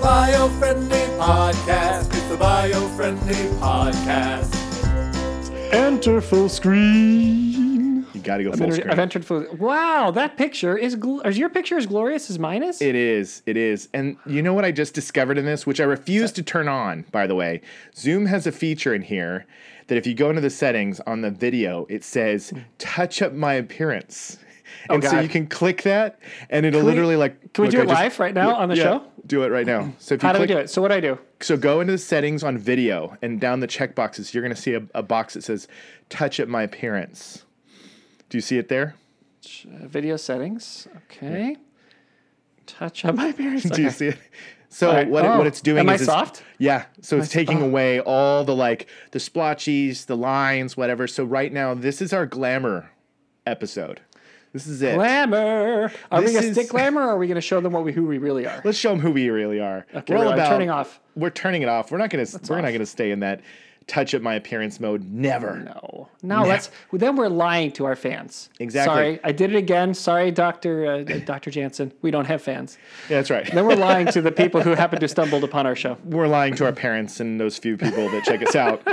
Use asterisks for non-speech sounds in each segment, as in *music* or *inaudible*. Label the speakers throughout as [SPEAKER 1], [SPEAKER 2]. [SPEAKER 1] bio-friendly podcast. It's the bio-friendly podcast.
[SPEAKER 2] Enter full screen.
[SPEAKER 3] You gotta go full
[SPEAKER 2] I've entered,
[SPEAKER 3] screen.
[SPEAKER 2] I've entered full. Wow, that picture is. Gl- is your picture as glorious as mine is?
[SPEAKER 3] It is. It is. And you know what I just discovered in this, which I refuse to turn on, by the way? Zoom has a feature in here that if you go into the settings on the video, it says touch up my appearance. And so
[SPEAKER 2] Oh, God.
[SPEAKER 3] you can click that and it'll
[SPEAKER 2] we-
[SPEAKER 3] literally like
[SPEAKER 2] can we
[SPEAKER 3] look,
[SPEAKER 2] do
[SPEAKER 3] I
[SPEAKER 2] it
[SPEAKER 3] just-
[SPEAKER 2] live right now on the
[SPEAKER 3] Yeah,
[SPEAKER 2] show?
[SPEAKER 3] Do it right now. So if you
[SPEAKER 2] How do we
[SPEAKER 3] click
[SPEAKER 2] do it? So what do I do?
[SPEAKER 3] so go into the settings on video and down the checkboxes, you're gonna see a, a box that says touch up my appearance. Do you see it there?
[SPEAKER 2] Uh, video settings. Okay. Touch on my
[SPEAKER 3] *laughs*
[SPEAKER 2] appearance.
[SPEAKER 3] Do you
[SPEAKER 2] Okay.
[SPEAKER 3] see it? So
[SPEAKER 2] All right.
[SPEAKER 3] what, it-
[SPEAKER 2] Oh,
[SPEAKER 3] what it's doing
[SPEAKER 2] am I
[SPEAKER 3] is it's-
[SPEAKER 2] soft?
[SPEAKER 3] yeah. So it's taking away all the like the splotchies, the lines, whatever. So right now this is our glamour episode. This is it.
[SPEAKER 2] Glamour. Are we
[SPEAKER 3] This
[SPEAKER 2] gonna
[SPEAKER 3] is-
[SPEAKER 2] stick glamour, or are we gonna show them what we who we really are?
[SPEAKER 3] Let's show them who we really are.
[SPEAKER 2] Okay, well, I'm turning off.
[SPEAKER 3] We're turning it off. We're not gonna. we're
[SPEAKER 2] off.
[SPEAKER 3] not gonna stay in that touch up my appearance mode. Never.
[SPEAKER 2] No, no, that's well, then we're lying to our fans.
[SPEAKER 3] Exactly.
[SPEAKER 2] Sorry, I did it again. Sorry, Doctor uh,
[SPEAKER 3] *laughs*
[SPEAKER 2] Doctor Jansen. We don't have fans.
[SPEAKER 3] Yeah, that's right.
[SPEAKER 2] Then we're lying to the people who happened to stumbled upon our show.
[SPEAKER 3] *laughs* we're lying to our parents and those few people that check us
[SPEAKER 2] *laughs*
[SPEAKER 3] out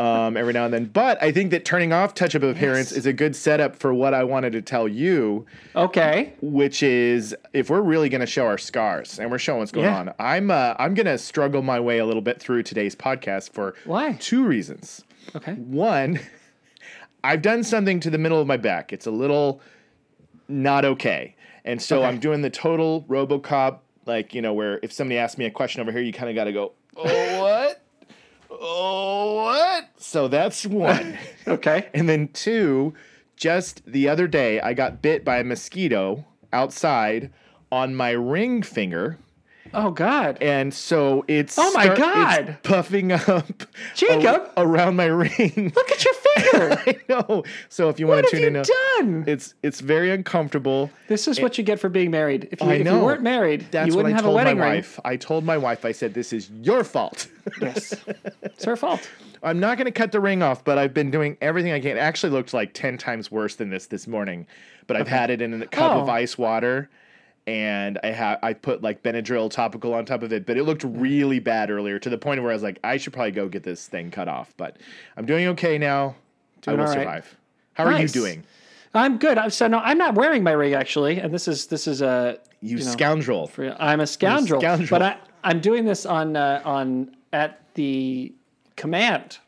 [SPEAKER 3] um, every now and then. But I think that turning off touch up appearance is a good setup for what I wanted to tell you.
[SPEAKER 2] Okay.
[SPEAKER 3] which is if we're really going to show our scars and we're showing what's going
[SPEAKER 2] Yeah.
[SPEAKER 3] on. I'm uh, I'm going to struggle my way a little bit through today's podcast for
[SPEAKER 2] Why?
[SPEAKER 3] two reasons.
[SPEAKER 2] Okay.
[SPEAKER 3] One, I've done something to the middle of my back. It's a little not okay. And so
[SPEAKER 2] Okay.
[SPEAKER 3] I'm doing the total RoboCop like, you know, where if somebody asks me a question over here, you kind of got to go, "Oh, what?" Oh, what? So that's one.
[SPEAKER 2] *laughs*
[SPEAKER 3] *laughs*
[SPEAKER 2] Okay.
[SPEAKER 3] And then two, just the other day, I got bit by a mosquito outside on my ring finger,
[SPEAKER 2] Oh God.
[SPEAKER 3] and so it's
[SPEAKER 2] Oh my
[SPEAKER 3] start- it's
[SPEAKER 2] God.
[SPEAKER 3] puffing up,
[SPEAKER 2] Jacob.
[SPEAKER 3] a- *laughs* around my ring. *laughs*
[SPEAKER 2] Look at your finger.
[SPEAKER 3] I know. So if you want
[SPEAKER 2] what
[SPEAKER 3] to
[SPEAKER 2] have
[SPEAKER 3] tune
[SPEAKER 2] you
[SPEAKER 3] in, uh,
[SPEAKER 2] done?
[SPEAKER 3] it's it's very uncomfortable.
[SPEAKER 2] this is what you get for being married. If you,
[SPEAKER 3] I
[SPEAKER 2] if you
[SPEAKER 3] know.
[SPEAKER 2] weren't married,
[SPEAKER 3] That's
[SPEAKER 2] you
[SPEAKER 3] what I
[SPEAKER 2] wouldn't have a
[SPEAKER 3] told my
[SPEAKER 2] wedding ring.
[SPEAKER 3] wife. I told my wife. I said, "This is your fault." *laughs*
[SPEAKER 2] Yes. It's her fault.
[SPEAKER 3] I'm not going to cut the ring off, but I've been doing everything I can. It actually looked like 10 times worse than this this morning, but I've had it in a cup of
[SPEAKER 2] Oh.
[SPEAKER 3] ice water and I have I put like Benadryl topical on top of it, but it looked really bad earlier to the point where I was like I should probably go get this thing cut off, but I'm doing okay now.
[SPEAKER 2] Doing
[SPEAKER 3] I will
[SPEAKER 2] all right.
[SPEAKER 3] survive. How are you
[SPEAKER 2] Nice.
[SPEAKER 3] doing?
[SPEAKER 2] I'm good. I'm so no, I'm not wearing my ring actually, and this is this is a
[SPEAKER 3] You,
[SPEAKER 2] know,
[SPEAKER 3] scoundrel.
[SPEAKER 2] real- I'm a scoundrel.
[SPEAKER 3] scoundrel.
[SPEAKER 2] But I, I'm doing this on uh, on at the command.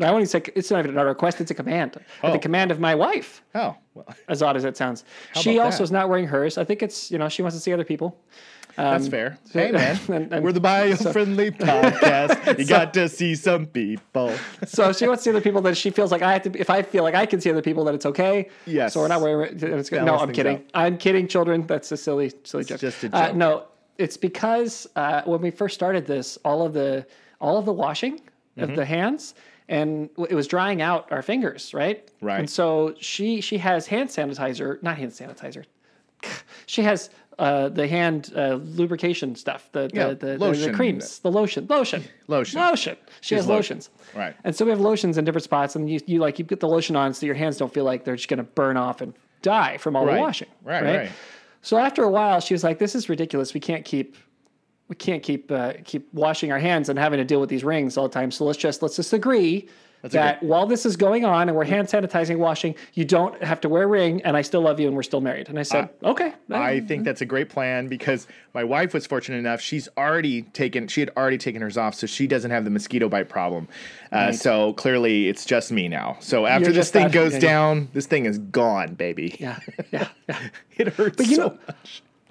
[SPEAKER 2] I wouldn't say it's not even a request; it's a command. At
[SPEAKER 3] Oh.
[SPEAKER 2] the command of my wife,
[SPEAKER 3] oh, well, *laughs*
[SPEAKER 2] as odd as that sounds. she
[SPEAKER 3] about
[SPEAKER 2] also
[SPEAKER 3] that?
[SPEAKER 2] is not wearing hers. I think it's you know she wants to see other people.
[SPEAKER 3] that's fair.
[SPEAKER 2] *laughs*
[SPEAKER 3] hey man,
[SPEAKER 2] Um, and- and
[SPEAKER 3] we're the
[SPEAKER 2] *laughs*
[SPEAKER 3] bio-friendly podcast. You got to see some people.
[SPEAKER 2] So she wants to see other people that she feels like I have to. be- If I feel like I can see other people, that it's okay.
[SPEAKER 3] Yes.
[SPEAKER 2] So we're not wearing. it- It's good. No,
[SPEAKER 3] Balance
[SPEAKER 2] I'm
[SPEAKER 3] things
[SPEAKER 2] kidding.
[SPEAKER 3] out.
[SPEAKER 2] I'm kidding, children. That's a silly, silly joke.
[SPEAKER 3] just a
[SPEAKER 2] Uh,
[SPEAKER 3] joke.
[SPEAKER 2] no, it's because uh, when we first started this, all of the all of the washing
[SPEAKER 3] Mm-hmm.
[SPEAKER 2] of the hands, and w- it was drying out our fingers, right?
[SPEAKER 3] Right.
[SPEAKER 2] And so she she has hand sanitizer, not hand sanitizer. *sighs* She has uh, the hand uh, lubrication stuff, the the,
[SPEAKER 3] Yeah,
[SPEAKER 2] the, the- the
[SPEAKER 3] lotion.
[SPEAKER 2] creams, the lotion, lotion,
[SPEAKER 3] *laughs* Lotion.
[SPEAKER 2] lotion. She has
[SPEAKER 3] lotion.
[SPEAKER 2] lotions.
[SPEAKER 3] Right.
[SPEAKER 2] And so we have lotions in different spots, and you, you like you get the lotion on so your hands don't feel like they're just going to burn off and die from all
[SPEAKER 3] Right.
[SPEAKER 2] the washing.
[SPEAKER 3] Right, right.
[SPEAKER 2] So after a while, she was like, "This is ridiculous. We can't keep." We can't keep uh, keep washing our hands and having to deal with these rings all the time. So let's just let's just agree that while this is going on and we're hand sanitizing, washing, you don't have to wear a ring, and I still love you, and we're still married. And I said, okay,
[SPEAKER 3] I
[SPEAKER 2] Oh.
[SPEAKER 3] think that's a great plan because my wife was fortunate enough; she's already taken, she had already taken hers off, so she doesn't have the mosquito bite problem. Uh, So clearly, it's just me now. So after this
[SPEAKER 2] just
[SPEAKER 3] thing
[SPEAKER 2] that-
[SPEAKER 3] goes
[SPEAKER 2] yeah, yeah.
[SPEAKER 3] down, this thing is gone, baby.
[SPEAKER 2] yeah, yeah, yeah.
[SPEAKER 3] *laughs* It hurts
[SPEAKER 2] you
[SPEAKER 3] so *laughs*
[SPEAKER 2] know-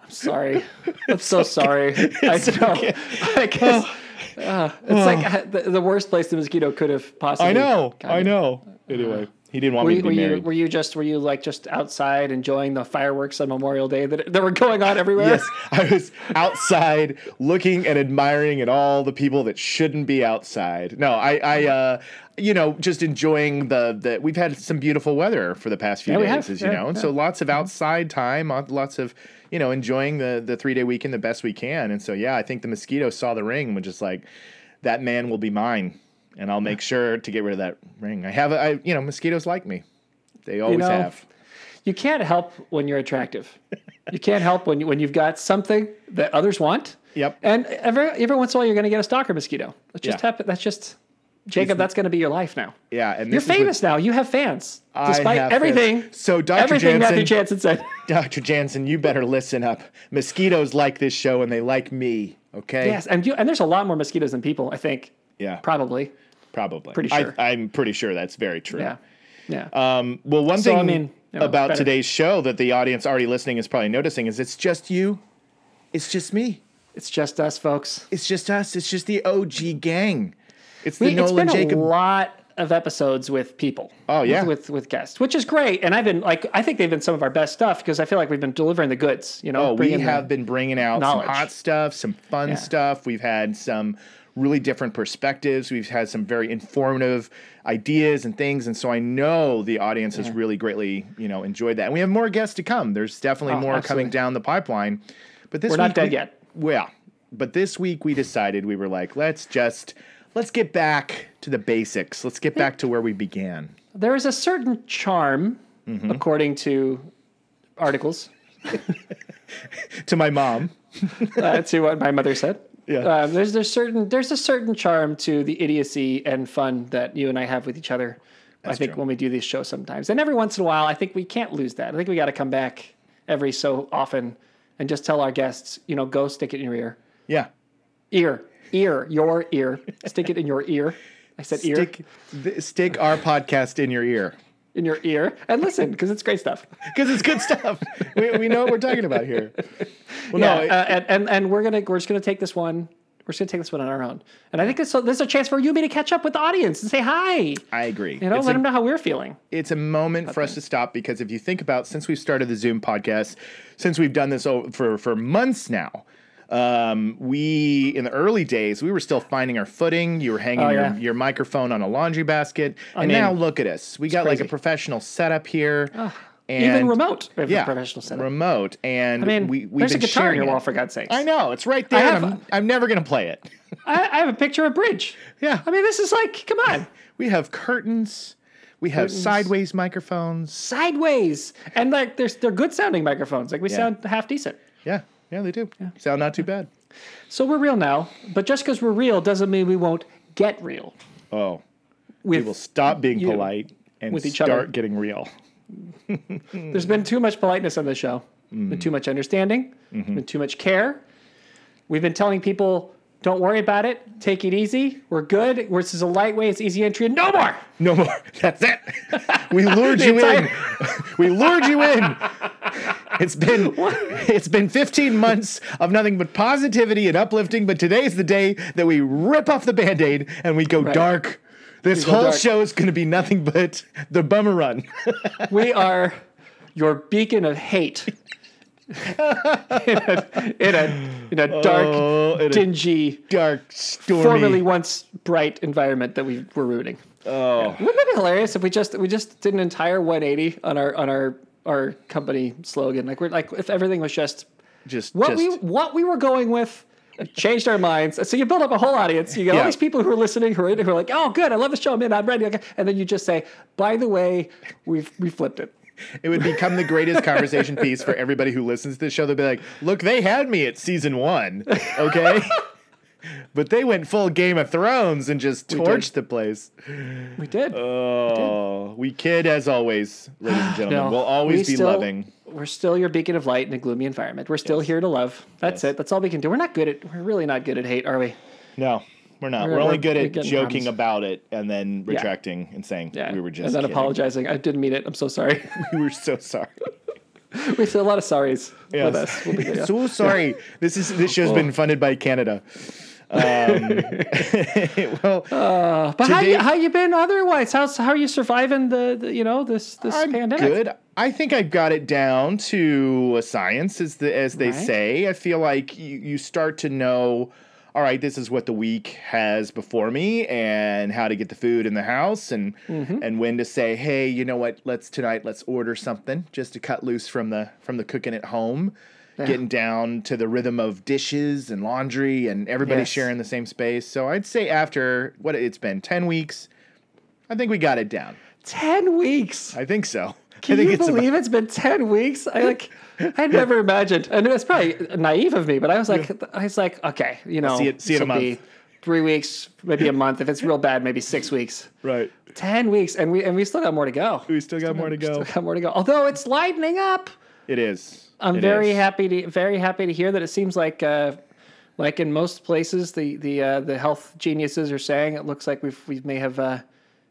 [SPEAKER 2] sorry. I'm so sorry.
[SPEAKER 3] *laughs*
[SPEAKER 2] I know. I guess. uh, it's like uh, the, the worst place the mosquito could have possibly.
[SPEAKER 3] Hmm. I know,
[SPEAKER 2] gotten.
[SPEAKER 3] I know. Anyway, he didn't want
[SPEAKER 2] Uh, Were,
[SPEAKER 3] me to
[SPEAKER 2] you-
[SPEAKER 3] be
[SPEAKER 2] were you
[SPEAKER 3] married.
[SPEAKER 2] were you just were you like just outside enjoying the fireworks on Memorial Day that that were going on everywhere?
[SPEAKER 3] Yes, I was outside looking and admiring at all the people that shouldn't be outside. No, I, I, uh, you know, just enjoying the the. We've had some beautiful weather for the past few
[SPEAKER 2] Yeah, we
[SPEAKER 3] days,
[SPEAKER 2] have.
[SPEAKER 3] as you
[SPEAKER 2] Yeah, Mm-hmm.
[SPEAKER 3] know, and so lots of outside time, uh, lots of you know enjoying the the three day weekend the best we can. And so yeah, I think the mosquito saw the ring and was just like, that man will be mine, and I'll make sure to get rid of that ring. I have, a, I you know, mosquitoes like me. They always
[SPEAKER 2] know,
[SPEAKER 3] have.
[SPEAKER 2] You can't help when you're attractive. you can't help when you, when you've got something that others want.
[SPEAKER 3] Yep.
[SPEAKER 2] And every every once in a while, you're going to get a stalker mosquito. That's just
[SPEAKER 3] Yeah.
[SPEAKER 2] happen. That's just Jacob. that's going to be your life now.
[SPEAKER 3] Yeah, and
[SPEAKER 2] You're
[SPEAKER 3] this is what-
[SPEAKER 2] famous now. You have fans,
[SPEAKER 3] I
[SPEAKER 2] despite
[SPEAKER 3] have
[SPEAKER 2] everything.
[SPEAKER 3] fans. So Dr.
[SPEAKER 2] everything Matthew
[SPEAKER 3] Jansen-
[SPEAKER 2] Jansen said.
[SPEAKER 3] Dr. Jansen, you better listen up. Mosquitoes like this show and they like me, okay?
[SPEAKER 2] yes, and you, and there's a lot more mosquitoes than people. I think.
[SPEAKER 3] Yeah,
[SPEAKER 2] Probably.
[SPEAKER 3] probably.
[SPEAKER 2] pretty sure.
[SPEAKER 3] I, I'm pretty sure that's very true.
[SPEAKER 2] Yeah. Yeah.
[SPEAKER 3] Um, well, one
[SPEAKER 2] So,
[SPEAKER 3] thing
[SPEAKER 2] I mean, you know,
[SPEAKER 3] about
[SPEAKER 2] better.
[SPEAKER 3] today's show that the audience already listening is probably noticing is it's just you. It's just me.
[SPEAKER 2] it's just us, folks.
[SPEAKER 3] It's just us. It's just the OG gang. It's the
[SPEAKER 2] We, it's
[SPEAKER 3] Nolan
[SPEAKER 2] been
[SPEAKER 3] Jacob.
[SPEAKER 2] a lot of episodes with people.
[SPEAKER 3] Oh, yeah.
[SPEAKER 2] with, with with guests, which is great. And I've been like, I think they've been some of our best stuff because I feel like we've been delivering the goods. You know,
[SPEAKER 3] Oh, we
[SPEAKER 2] bringing the-
[SPEAKER 3] have been bringing out
[SPEAKER 2] knowledge.
[SPEAKER 3] some hot stuff, some fun
[SPEAKER 2] Yeah.
[SPEAKER 3] stuff. We've had some really different perspectives. We've had some very informative ideas and things. And so I know the audience has really greatly, you know, enjoyed that. And we have more guests to come. There's definitely
[SPEAKER 2] Oh,
[SPEAKER 3] more coming
[SPEAKER 2] absolutely.
[SPEAKER 3] down the pipeline. But this
[SPEAKER 2] We're not
[SPEAKER 3] week
[SPEAKER 2] dead
[SPEAKER 3] we-
[SPEAKER 2] yet.
[SPEAKER 3] Well, but this week we decided we were like, let's just let's get back to the basics. Let's get back to where we began.
[SPEAKER 2] there is a certain charm,
[SPEAKER 3] Mm-hmm.
[SPEAKER 2] according to articles,
[SPEAKER 3] To my mom.
[SPEAKER 2] uh, to what my mother said.
[SPEAKER 3] Yeah.
[SPEAKER 2] Um, there's there's certain there's a certain charm to the idiocy and fun that you and I have with each other. I think
[SPEAKER 3] true.
[SPEAKER 2] when we do these shows sometimes, and every once in a while, I think we can't lose that. I think we got to come back every so often and just tell our guests, you know, go stick it in your ear,
[SPEAKER 3] Yeah.
[SPEAKER 2] ear, ear, your ear, stick it in your ear. I said ear
[SPEAKER 3] Stick th- stick our podcast in your ear.
[SPEAKER 2] in your ear, and listen because it's
[SPEAKER 3] *laughs*
[SPEAKER 2] great stuff.
[SPEAKER 3] because it's good stuff. we, we know what we're talking about here. Well,
[SPEAKER 2] Yeah,
[SPEAKER 3] no, it-
[SPEAKER 2] uh, and, and and we're gonna we're just gonna take this one. We're just gonna take this one on our own. And I think this so this is a chance for you and me to catch up with the audience and say hi. You
[SPEAKER 3] I agree.
[SPEAKER 2] know,
[SPEAKER 3] it's,
[SPEAKER 2] let
[SPEAKER 3] a,
[SPEAKER 2] them know how we're feeling.
[SPEAKER 3] it's a moment for us to stop because if you think about since we've started the Zoom podcast, since we've done this o- for for months now. Um, we in the early days we were still finding our footing. You were hanging
[SPEAKER 2] Oh, yeah.
[SPEAKER 3] your, your microphone on a laundry basket, and
[SPEAKER 2] mean,
[SPEAKER 3] now look at us. We got like
[SPEAKER 2] crazy.
[SPEAKER 3] a professional setup here, and
[SPEAKER 2] Even remote, we have a
[SPEAKER 3] yeah,
[SPEAKER 2] professional setup.
[SPEAKER 3] remote. And
[SPEAKER 2] I mean,
[SPEAKER 3] we, we've
[SPEAKER 2] there's a
[SPEAKER 3] been
[SPEAKER 2] guitar on
[SPEAKER 3] sharing
[SPEAKER 2] your wall
[SPEAKER 3] it.
[SPEAKER 2] for God's sakes.
[SPEAKER 3] I know it's right there.
[SPEAKER 2] have-
[SPEAKER 3] and I'm, I'm never gonna play it.
[SPEAKER 2] I, I have a picture of bridge.
[SPEAKER 3] Yeah.
[SPEAKER 2] I mean, this is like, come
[SPEAKER 3] *laughs*
[SPEAKER 2] on,
[SPEAKER 3] We have curtains. We have sideways microphones.
[SPEAKER 2] sideways, and like there's they're good sounding microphones. Like we sound half decent.
[SPEAKER 3] Yeah, yeah, they do. Sound not too bad.
[SPEAKER 2] So we're real now, but just because we're real doesn't mean we won't get real.
[SPEAKER 3] Oh,
[SPEAKER 2] With
[SPEAKER 3] we will stop being
[SPEAKER 2] you.
[SPEAKER 3] polite and
[SPEAKER 2] With each
[SPEAKER 3] start
[SPEAKER 2] other.
[SPEAKER 3] getting real.
[SPEAKER 2] There's been too much politeness on the show, been too much understanding,
[SPEAKER 3] Mm-hmm.
[SPEAKER 2] been too much care. We've been telling people, don't worry about it, take it easy, we're good. This is a lightweight, it's easy entry, and no more.
[SPEAKER 3] No more. *laughs* That's it. We lured
[SPEAKER 2] The
[SPEAKER 3] you in.
[SPEAKER 2] entire-
[SPEAKER 3] *laughs* we lured you in. It's been
[SPEAKER 2] *laughs*
[SPEAKER 3] it's been 15 months of nothing but positivity and uplifting, but today's the day that we rip off the band-aid and we go dark. This
[SPEAKER 2] go
[SPEAKER 3] whole
[SPEAKER 2] dark.
[SPEAKER 3] show is going to be nothing but the bummer run.
[SPEAKER 2] We are your beacon of hate in a, in a dark,
[SPEAKER 3] Oh, in a
[SPEAKER 2] dingy,
[SPEAKER 3] dark, stormy.
[SPEAKER 2] formerly once bright environment that we were rooting.
[SPEAKER 3] oh,
[SPEAKER 2] Wouldn't it be hilarious if we just we just did an entire 180 on our on our our company slogan? Like we're like if everything was just
[SPEAKER 3] just
[SPEAKER 2] what
[SPEAKER 3] just,
[SPEAKER 2] we what we were going with changed our minds. So you build up a whole audience. You get
[SPEAKER 3] Yeah.
[SPEAKER 2] all these people who are listening who are, in it, who are like, "Oh, good, I love the show, I'm in, I'm ready." Okay. And then you just say, "By the way, we've we flipped it."
[SPEAKER 3] It would become the greatest conversation piece for everybody who listens to the show. They'll be like, look, they had me at season one, okay? *laughs* but they went full Game of Thrones and just
[SPEAKER 2] did.
[SPEAKER 3] torched the place.
[SPEAKER 2] We did.
[SPEAKER 3] Oh, we kid as always, ladies
[SPEAKER 2] *sighs*
[SPEAKER 3] and gentlemen.
[SPEAKER 2] No,
[SPEAKER 3] we'll always
[SPEAKER 2] we
[SPEAKER 3] be
[SPEAKER 2] still-
[SPEAKER 3] loving.
[SPEAKER 2] We're still your beacon of light in a gloomy environment. We're still here to love. That's
[SPEAKER 3] Yes.
[SPEAKER 2] it. That's all we can do. We're not good at. We're really not good at hate, are we?
[SPEAKER 3] No, we're not. We're,
[SPEAKER 2] We're-
[SPEAKER 3] only
[SPEAKER 2] we're-
[SPEAKER 3] good
[SPEAKER 2] we're
[SPEAKER 3] at
[SPEAKER 2] getting
[SPEAKER 3] joking
[SPEAKER 2] problems.
[SPEAKER 3] about it and then retracting and saying we were just
[SPEAKER 2] and then
[SPEAKER 3] kidding.
[SPEAKER 2] apologizing. I didn't mean it. I'm so sorry.
[SPEAKER 3] *laughs*
[SPEAKER 2] *laughs*
[SPEAKER 3] We were so sorry.
[SPEAKER 2] we said a lot of sorries
[SPEAKER 3] Yes.
[SPEAKER 2] with us. We'll be
[SPEAKER 3] *laughs*
[SPEAKER 2] there.
[SPEAKER 3] so sorry. This is this show's been funded by
[SPEAKER 2] *laughs*
[SPEAKER 3] Canada. Um, *laughs* well,
[SPEAKER 2] But how
[SPEAKER 3] Today-
[SPEAKER 2] you, how you been otherwise? How's how are you surviving the, the you know this this
[SPEAKER 3] I'm
[SPEAKER 2] pandemic?
[SPEAKER 3] good. I think I've got it down to a science, as the, as they
[SPEAKER 2] Right.
[SPEAKER 3] say. I feel like you, you start to know, all right, this is what the week has before me, and how to get the food in the house, and
[SPEAKER 2] Mm-hmm.
[SPEAKER 3] and when to say, hey, you know what? Let's tonight, let's order something just to cut loose from the from the cooking at home. Getting down to the rhythm of dishes and laundry and everybody
[SPEAKER 2] Yes.
[SPEAKER 3] sharing the same space. So I'd say after what it's been ten weeks, I think we got it down.
[SPEAKER 2] Ten weeks.
[SPEAKER 3] I think so.
[SPEAKER 2] Can
[SPEAKER 3] I think
[SPEAKER 2] you
[SPEAKER 3] it's about-
[SPEAKER 2] believe it's been ten weeks? I like, I never imagined, and it's probably naive of me, but I was like, I was like, okay, you know,
[SPEAKER 3] see it- see it in a
[SPEAKER 2] this'll be
[SPEAKER 3] month.
[SPEAKER 2] three weeks, maybe a month. If it's real bad, maybe six weeks.
[SPEAKER 3] Right.
[SPEAKER 2] Ten weeks, and we and we still got more to go.
[SPEAKER 3] We still got more to
[SPEAKER 2] Still
[SPEAKER 3] go.
[SPEAKER 2] got more to go. Although it's lightening up.
[SPEAKER 3] It is.
[SPEAKER 2] I'm
[SPEAKER 3] It
[SPEAKER 2] very
[SPEAKER 3] is.
[SPEAKER 2] happy to very happy to hear that it seems like uh, like in most places the the uh, the health geniuses are saying it looks like we've we may have uh,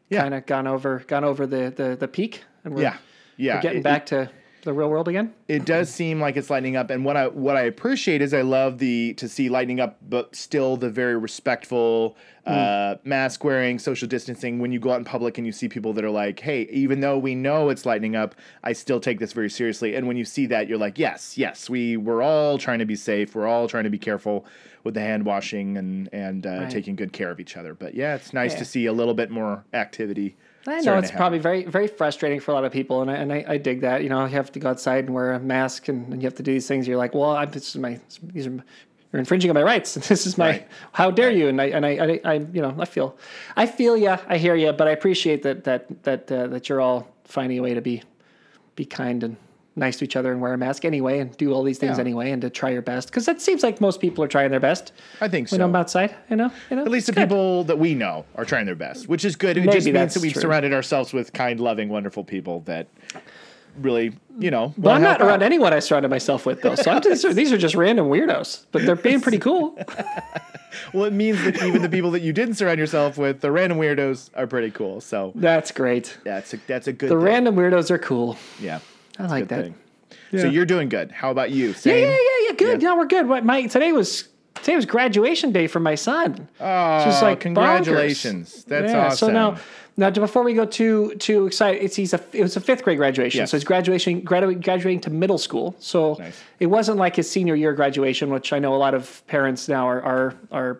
[SPEAKER 3] Yeah.
[SPEAKER 2] kind of gone over gone over the, the the peak and we're,
[SPEAKER 3] Yeah. Yeah.
[SPEAKER 2] we're getting
[SPEAKER 3] It-
[SPEAKER 2] back to the real world again.
[SPEAKER 3] it does
[SPEAKER 2] Mm-hmm.
[SPEAKER 3] seem like it's lightening up and what i what i appreciate is i love the to see lightening up but still the very respectful
[SPEAKER 2] Mm.
[SPEAKER 3] uh, mask wearing social distancing when you go out in public and you see people that are like hey even though we know it's lightening up i still take this very seriously and when you see that you're like yes yes we we're all trying to be safe we're all trying to be careful with the hand washing and and uh, taking good care of each other but yeah it's nice
[SPEAKER 2] Yeah.
[SPEAKER 3] to see a little bit more activity
[SPEAKER 2] I know
[SPEAKER 3] starting
[SPEAKER 2] it's
[SPEAKER 3] to happen.
[SPEAKER 2] probably very very frustrating for a lot of people, and I, and I, I dig that. You know, you have to go outside and wear a mask, and, and you have to do these things. You're like, well, I'm, this is my these are my, you're infringing on my rights. *laughs* This is my
[SPEAKER 3] Right.
[SPEAKER 2] how dare you? And I and I, I I you know I feel I feel yeah I hear you, but I appreciate that that that uh, that you're all finding a way to be be kind and nice to each other and wear a mask anyway and do all these things
[SPEAKER 3] Yeah.
[SPEAKER 2] anyway and to try your best because that seems like most people are trying their best
[SPEAKER 3] i think so
[SPEAKER 2] when I'm outside. You know, you know
[SPEAKER 3] At least the people that we know are trying their best, which is good. It
[SPEAKER 2] Maybe
[SPEAKER 3] just means
[SPEAKER 2] that's
[SPEAKER 3] that we've
[SPEAKER 2] true.
[SPEAKER 3] surrounded ourselves with kind, loving, wonderful people that really, you know.
[SPEAKER 2] But I'm not around anyone I surrounded myself with though. So I'm just, these are just random weirdos, but they're being pretty cool.
[SPEAKER 3] Well, it means that even the people that you didn't surround yourself with, the random weirdos, are pretty cool. So
[SPEAKER 2] *laughs* That's great.
[SPEAKER 3] that's a, that's a good.
[SPEAKER 2] The
[SPEAKER 3] thing.
[SPEAKER 2] random weirdos are cool.
[SPEAKER 3] yeah,
[SPEAKER 2] I like
[SPEAKER 3] good
[SPEAKER 2] that.
[SPEAKER 3] thing. So you're doing good. How about you?
[SPEAKER 2] Yeah,
[SPEAKER 3] Same?
[SPEAKER 2] yeah, yeah, yeah. Good. Yeah, we're good. What my today was today was graduation day for my son.
[SPEAKER 3] Oh,
[SPEAKER 2] It's just like bonkers.
[SPEAKER 3] congratulations! That's awesome.
[SPEAKER 2] So now, now to- before we go too too excited, it's he's a it was a fifth grade graduation,
[SPEAKER 3] Yes.
[SPEAKER 2] so he's graduation graduating graduating to middle school. So
[SPEAKER 3] Nice.
[SPEAKER 2] it wasn't like his senior year graduation, which I know a lot of parents now are are are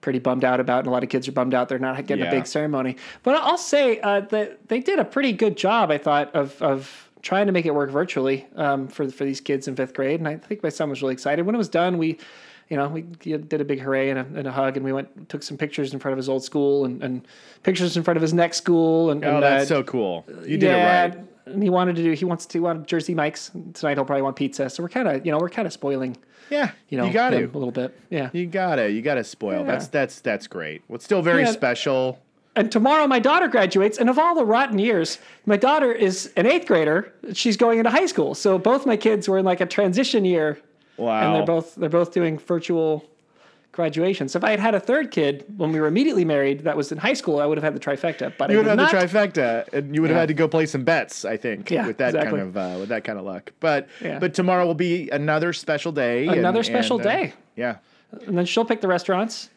[SPEAKER 2] pretty bummed out about, and a lot of kids are bummed out they're not getting
[SPEAKER 3] Yeah.
[SPEAKER 2] a big ceremony. But I'll say uh, that they did a pretty good job, I thought of of. Trying to make it work virtually um, for for these kids in fifth grade, and I think my son was really excited. When it was done, we you know, we did a big hooray and a, and a hug, and we went took some pictures in front of his old school and, and pictures in front of his next school. And,
[SPEAKER 3] oh,
[SPEAKER 2] and,
[SPEAKER 3] that's
[SPEAKER 2] uh,
[SPEAKER 3] so cool. You did it right.
[SPEAKER 2] And he wanted to do. He wants to. He wanted Jersey Mike's tonight. He'll probably want pizza. So we're kind of, you know, we're kind of spoiling,
[SPEAKER 3] Yeah,
[SPEAKER 2] you know,
[SPEAKER 3] got
[SPEAKER 2] him
[SPEAKER 3] to.
[SPEAKER 2] a little bit. Yeah.
[SPEAKER 3] You gotta, you gotta spoil. That's that's that's great. What's still very
[SPEAKER 2] Yeah.
[SPEAKER 3] special.
[SPEAKER 2] And tomorrow my daughter graduates, and of all the rotten years, my daughter is an eighth grader. She's going into high school, so both my kids were in like a transition year
[SPEAKER 3] Wow.
[SPEAKER 2] and they're both they're both doing virtual graduations. So if I had had a third kid when we were immediately married, that was in high school, I would have had the trifecta. But
[SPEAKER 3] You
[SPEAKER 2] I
[SPEAKER 3] would
[SPEAKER 2] did
[SPEAKER 3] have
[SPEAKER 2] not.
[SPEAKER 3] had the trifecta, and you would have
[SPEAKER 2] Yeah.
[SPEAKER 3] had to go play some bets. I think
[SPEAKER 2] Yeah,
[SPEAKER 3] with that
[SPEAKER 2] exactly.
[SPEAKER 3] kind of uh, with that kind of luck. But
[SPEAKER 2] Yeah.
[SPEAKER 3] but tomorrow will be another special day. and-
[SPEAKER 2] Another special
[SPEAKER 3] and, uh,
[SPEAKER 2] day.
[SPEAKER 3] Yeah,
[SPEAKER 2] and then she'll pick the restaurants,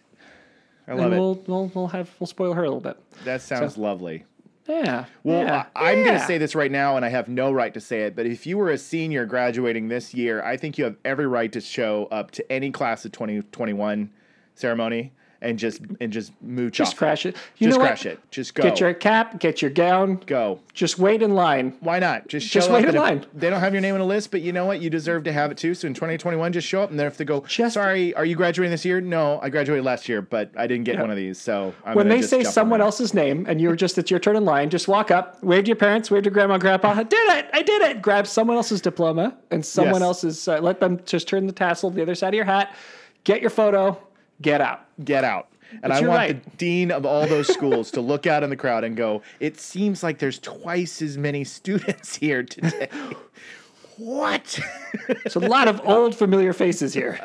[SPEAKER 3] I
[SPEAKER 2] and
[SPEAKER 3] love
[SPEAKER 2] we'll,
[SPEAKER 3] it.
[SPEAKER 2] we'll we'll have we'll spoil her a little bit.
[SPEAKER 3] That sounds lovely.
[SPEAKER 2] Yeah.
[SPEAKER 3] Well,
[SPEAKER 2] yeah,
[SPEAKER 3] I, am going to
[SPEAKER 2] yeah.
[SPEAKER 3] say this right now, and I have no right to say it, but if you were a senior graduating this year, I think you have every right to show up to any class of 2021 ceremony and just and just mooch
[SPEAKER 2] just
[SPEAKER 3] off.
[SPEAKER 2] crash it. You
[SPEAKER 3] Just
[SPEAKER 2] know
[SPEAKER 3] crash
[SPEAKER 2] what?
[SPEAKER 3] it. Just go.
[SPEAKER 2] Get your cap. Get your gown.
[SPEAKER 3] go.
[SPEAKER 2] Just wait in line.
[SPEAKER 3] Why not? Just show
[SPEAKER 2] Just
[SPEAKER 3] up.
[SPEAKER 2] wait in
[SPEAKER 3] and if-
[SPEAKER 2] line.
[SPEAKER 3] They don't have your name on a list, but you know what? You deserve to have it too. So in 2021, just show up, and then if they go,
[SPEAKER 2] Just-
[SPEAKER 3] sorry, are you graduating this year? No, I graduated last year, but I didn't get one of these. So I'm
[SPEAKER 2] When
[SPEAKER 3] gonna
[SPEAKER 2] they
[SPEAKER 3] just
[SPEAKER 2] say
[SPEAKER 3] jump on
[SPEAKER 2] someone
[SPEAKER 3] it."
[SPEAKER 2] else's name and you're just it's your turn in line, just walk up, wave to your parents, wave to grandma, and grandpa. *laughs* I did it! I did it! Grab someone else's diploma and
[SPEAKER 3] Yes.
[SPEAKER 2] someone else's. Uh, let them just turn the tassel to the other side of your hat, get your photo, get out.
[SPEAKER 3] get out. And
[SPEAKER 2] But
[SPEAKER 3] I
[SPEAKER 2] you're
[SPEAKER 3] want
[SPEAKER 2] right.
[SPEAKER 3] the dean of all
[SPEAKER 2] *laughs*
[SPEAKER 3] those schools to look out in the crowd and go, it seems like there's twice as many students *laughs* here today.
[SPEAKER 2] *laughs*
[SPEAKER 3] what?
[SPEAKER 2] It's a
[SPEAKER 3] *laughs*
[SPEAKER 2] lot of old familiar faces here.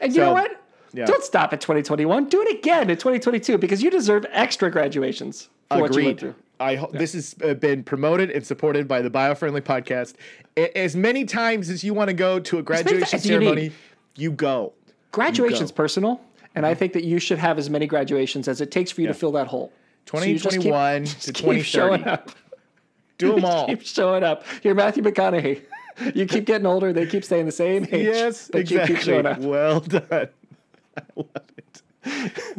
[SPEAKER 2] and you
[SPEAKER 3] So,
[SPEAKER 2] know what?
[SPEAKER 3] yeah.
[SPEAKER 2] Don't stop at 2021. Do it again in 2022 because you deserve extra graduations for what you went
[SPEAKER 3] Agreed.
[SPEAKER 2] through.
[SPEAKER 3] I ho- This has uh, been promoted and supported by the Biofriendly Podcast. A- as many times as you want to go to a
[SPEAKER 2] many
[SPEAKER 3] graduation
[SPEAKER 2] times you need.
[SPEAKER 3] ceremony, you go.
[SPEAKER 2] Graduation's
[SPEAKER 3] go. Mm-hmm.
[SPEAKER 2] personal, and I think that you should have as many graduations as it takes for you to fill that hole. So you just keep-
[SPEAKER 3] 2021 to
[SPEAKER 2] just keep
[SPEAKER 3] 2030.
[SPEAKER 2] showing up.
[SPEAKER 3] Do
[SPEAKER 2] *laughs*
[SPEAKER 3] them all.
[SPEAKER 2] Keep showing up. You're Matthew McConaughey. You keep getting older. They keep staying the same age.
[SPEAKER 3] Yes,
[SPEAKER 2] but you
[SPEAKER 3] exactly.
[SPEAKER 2] keep showing up.
[SPEAKER 3] Well done. *laughs* I love it.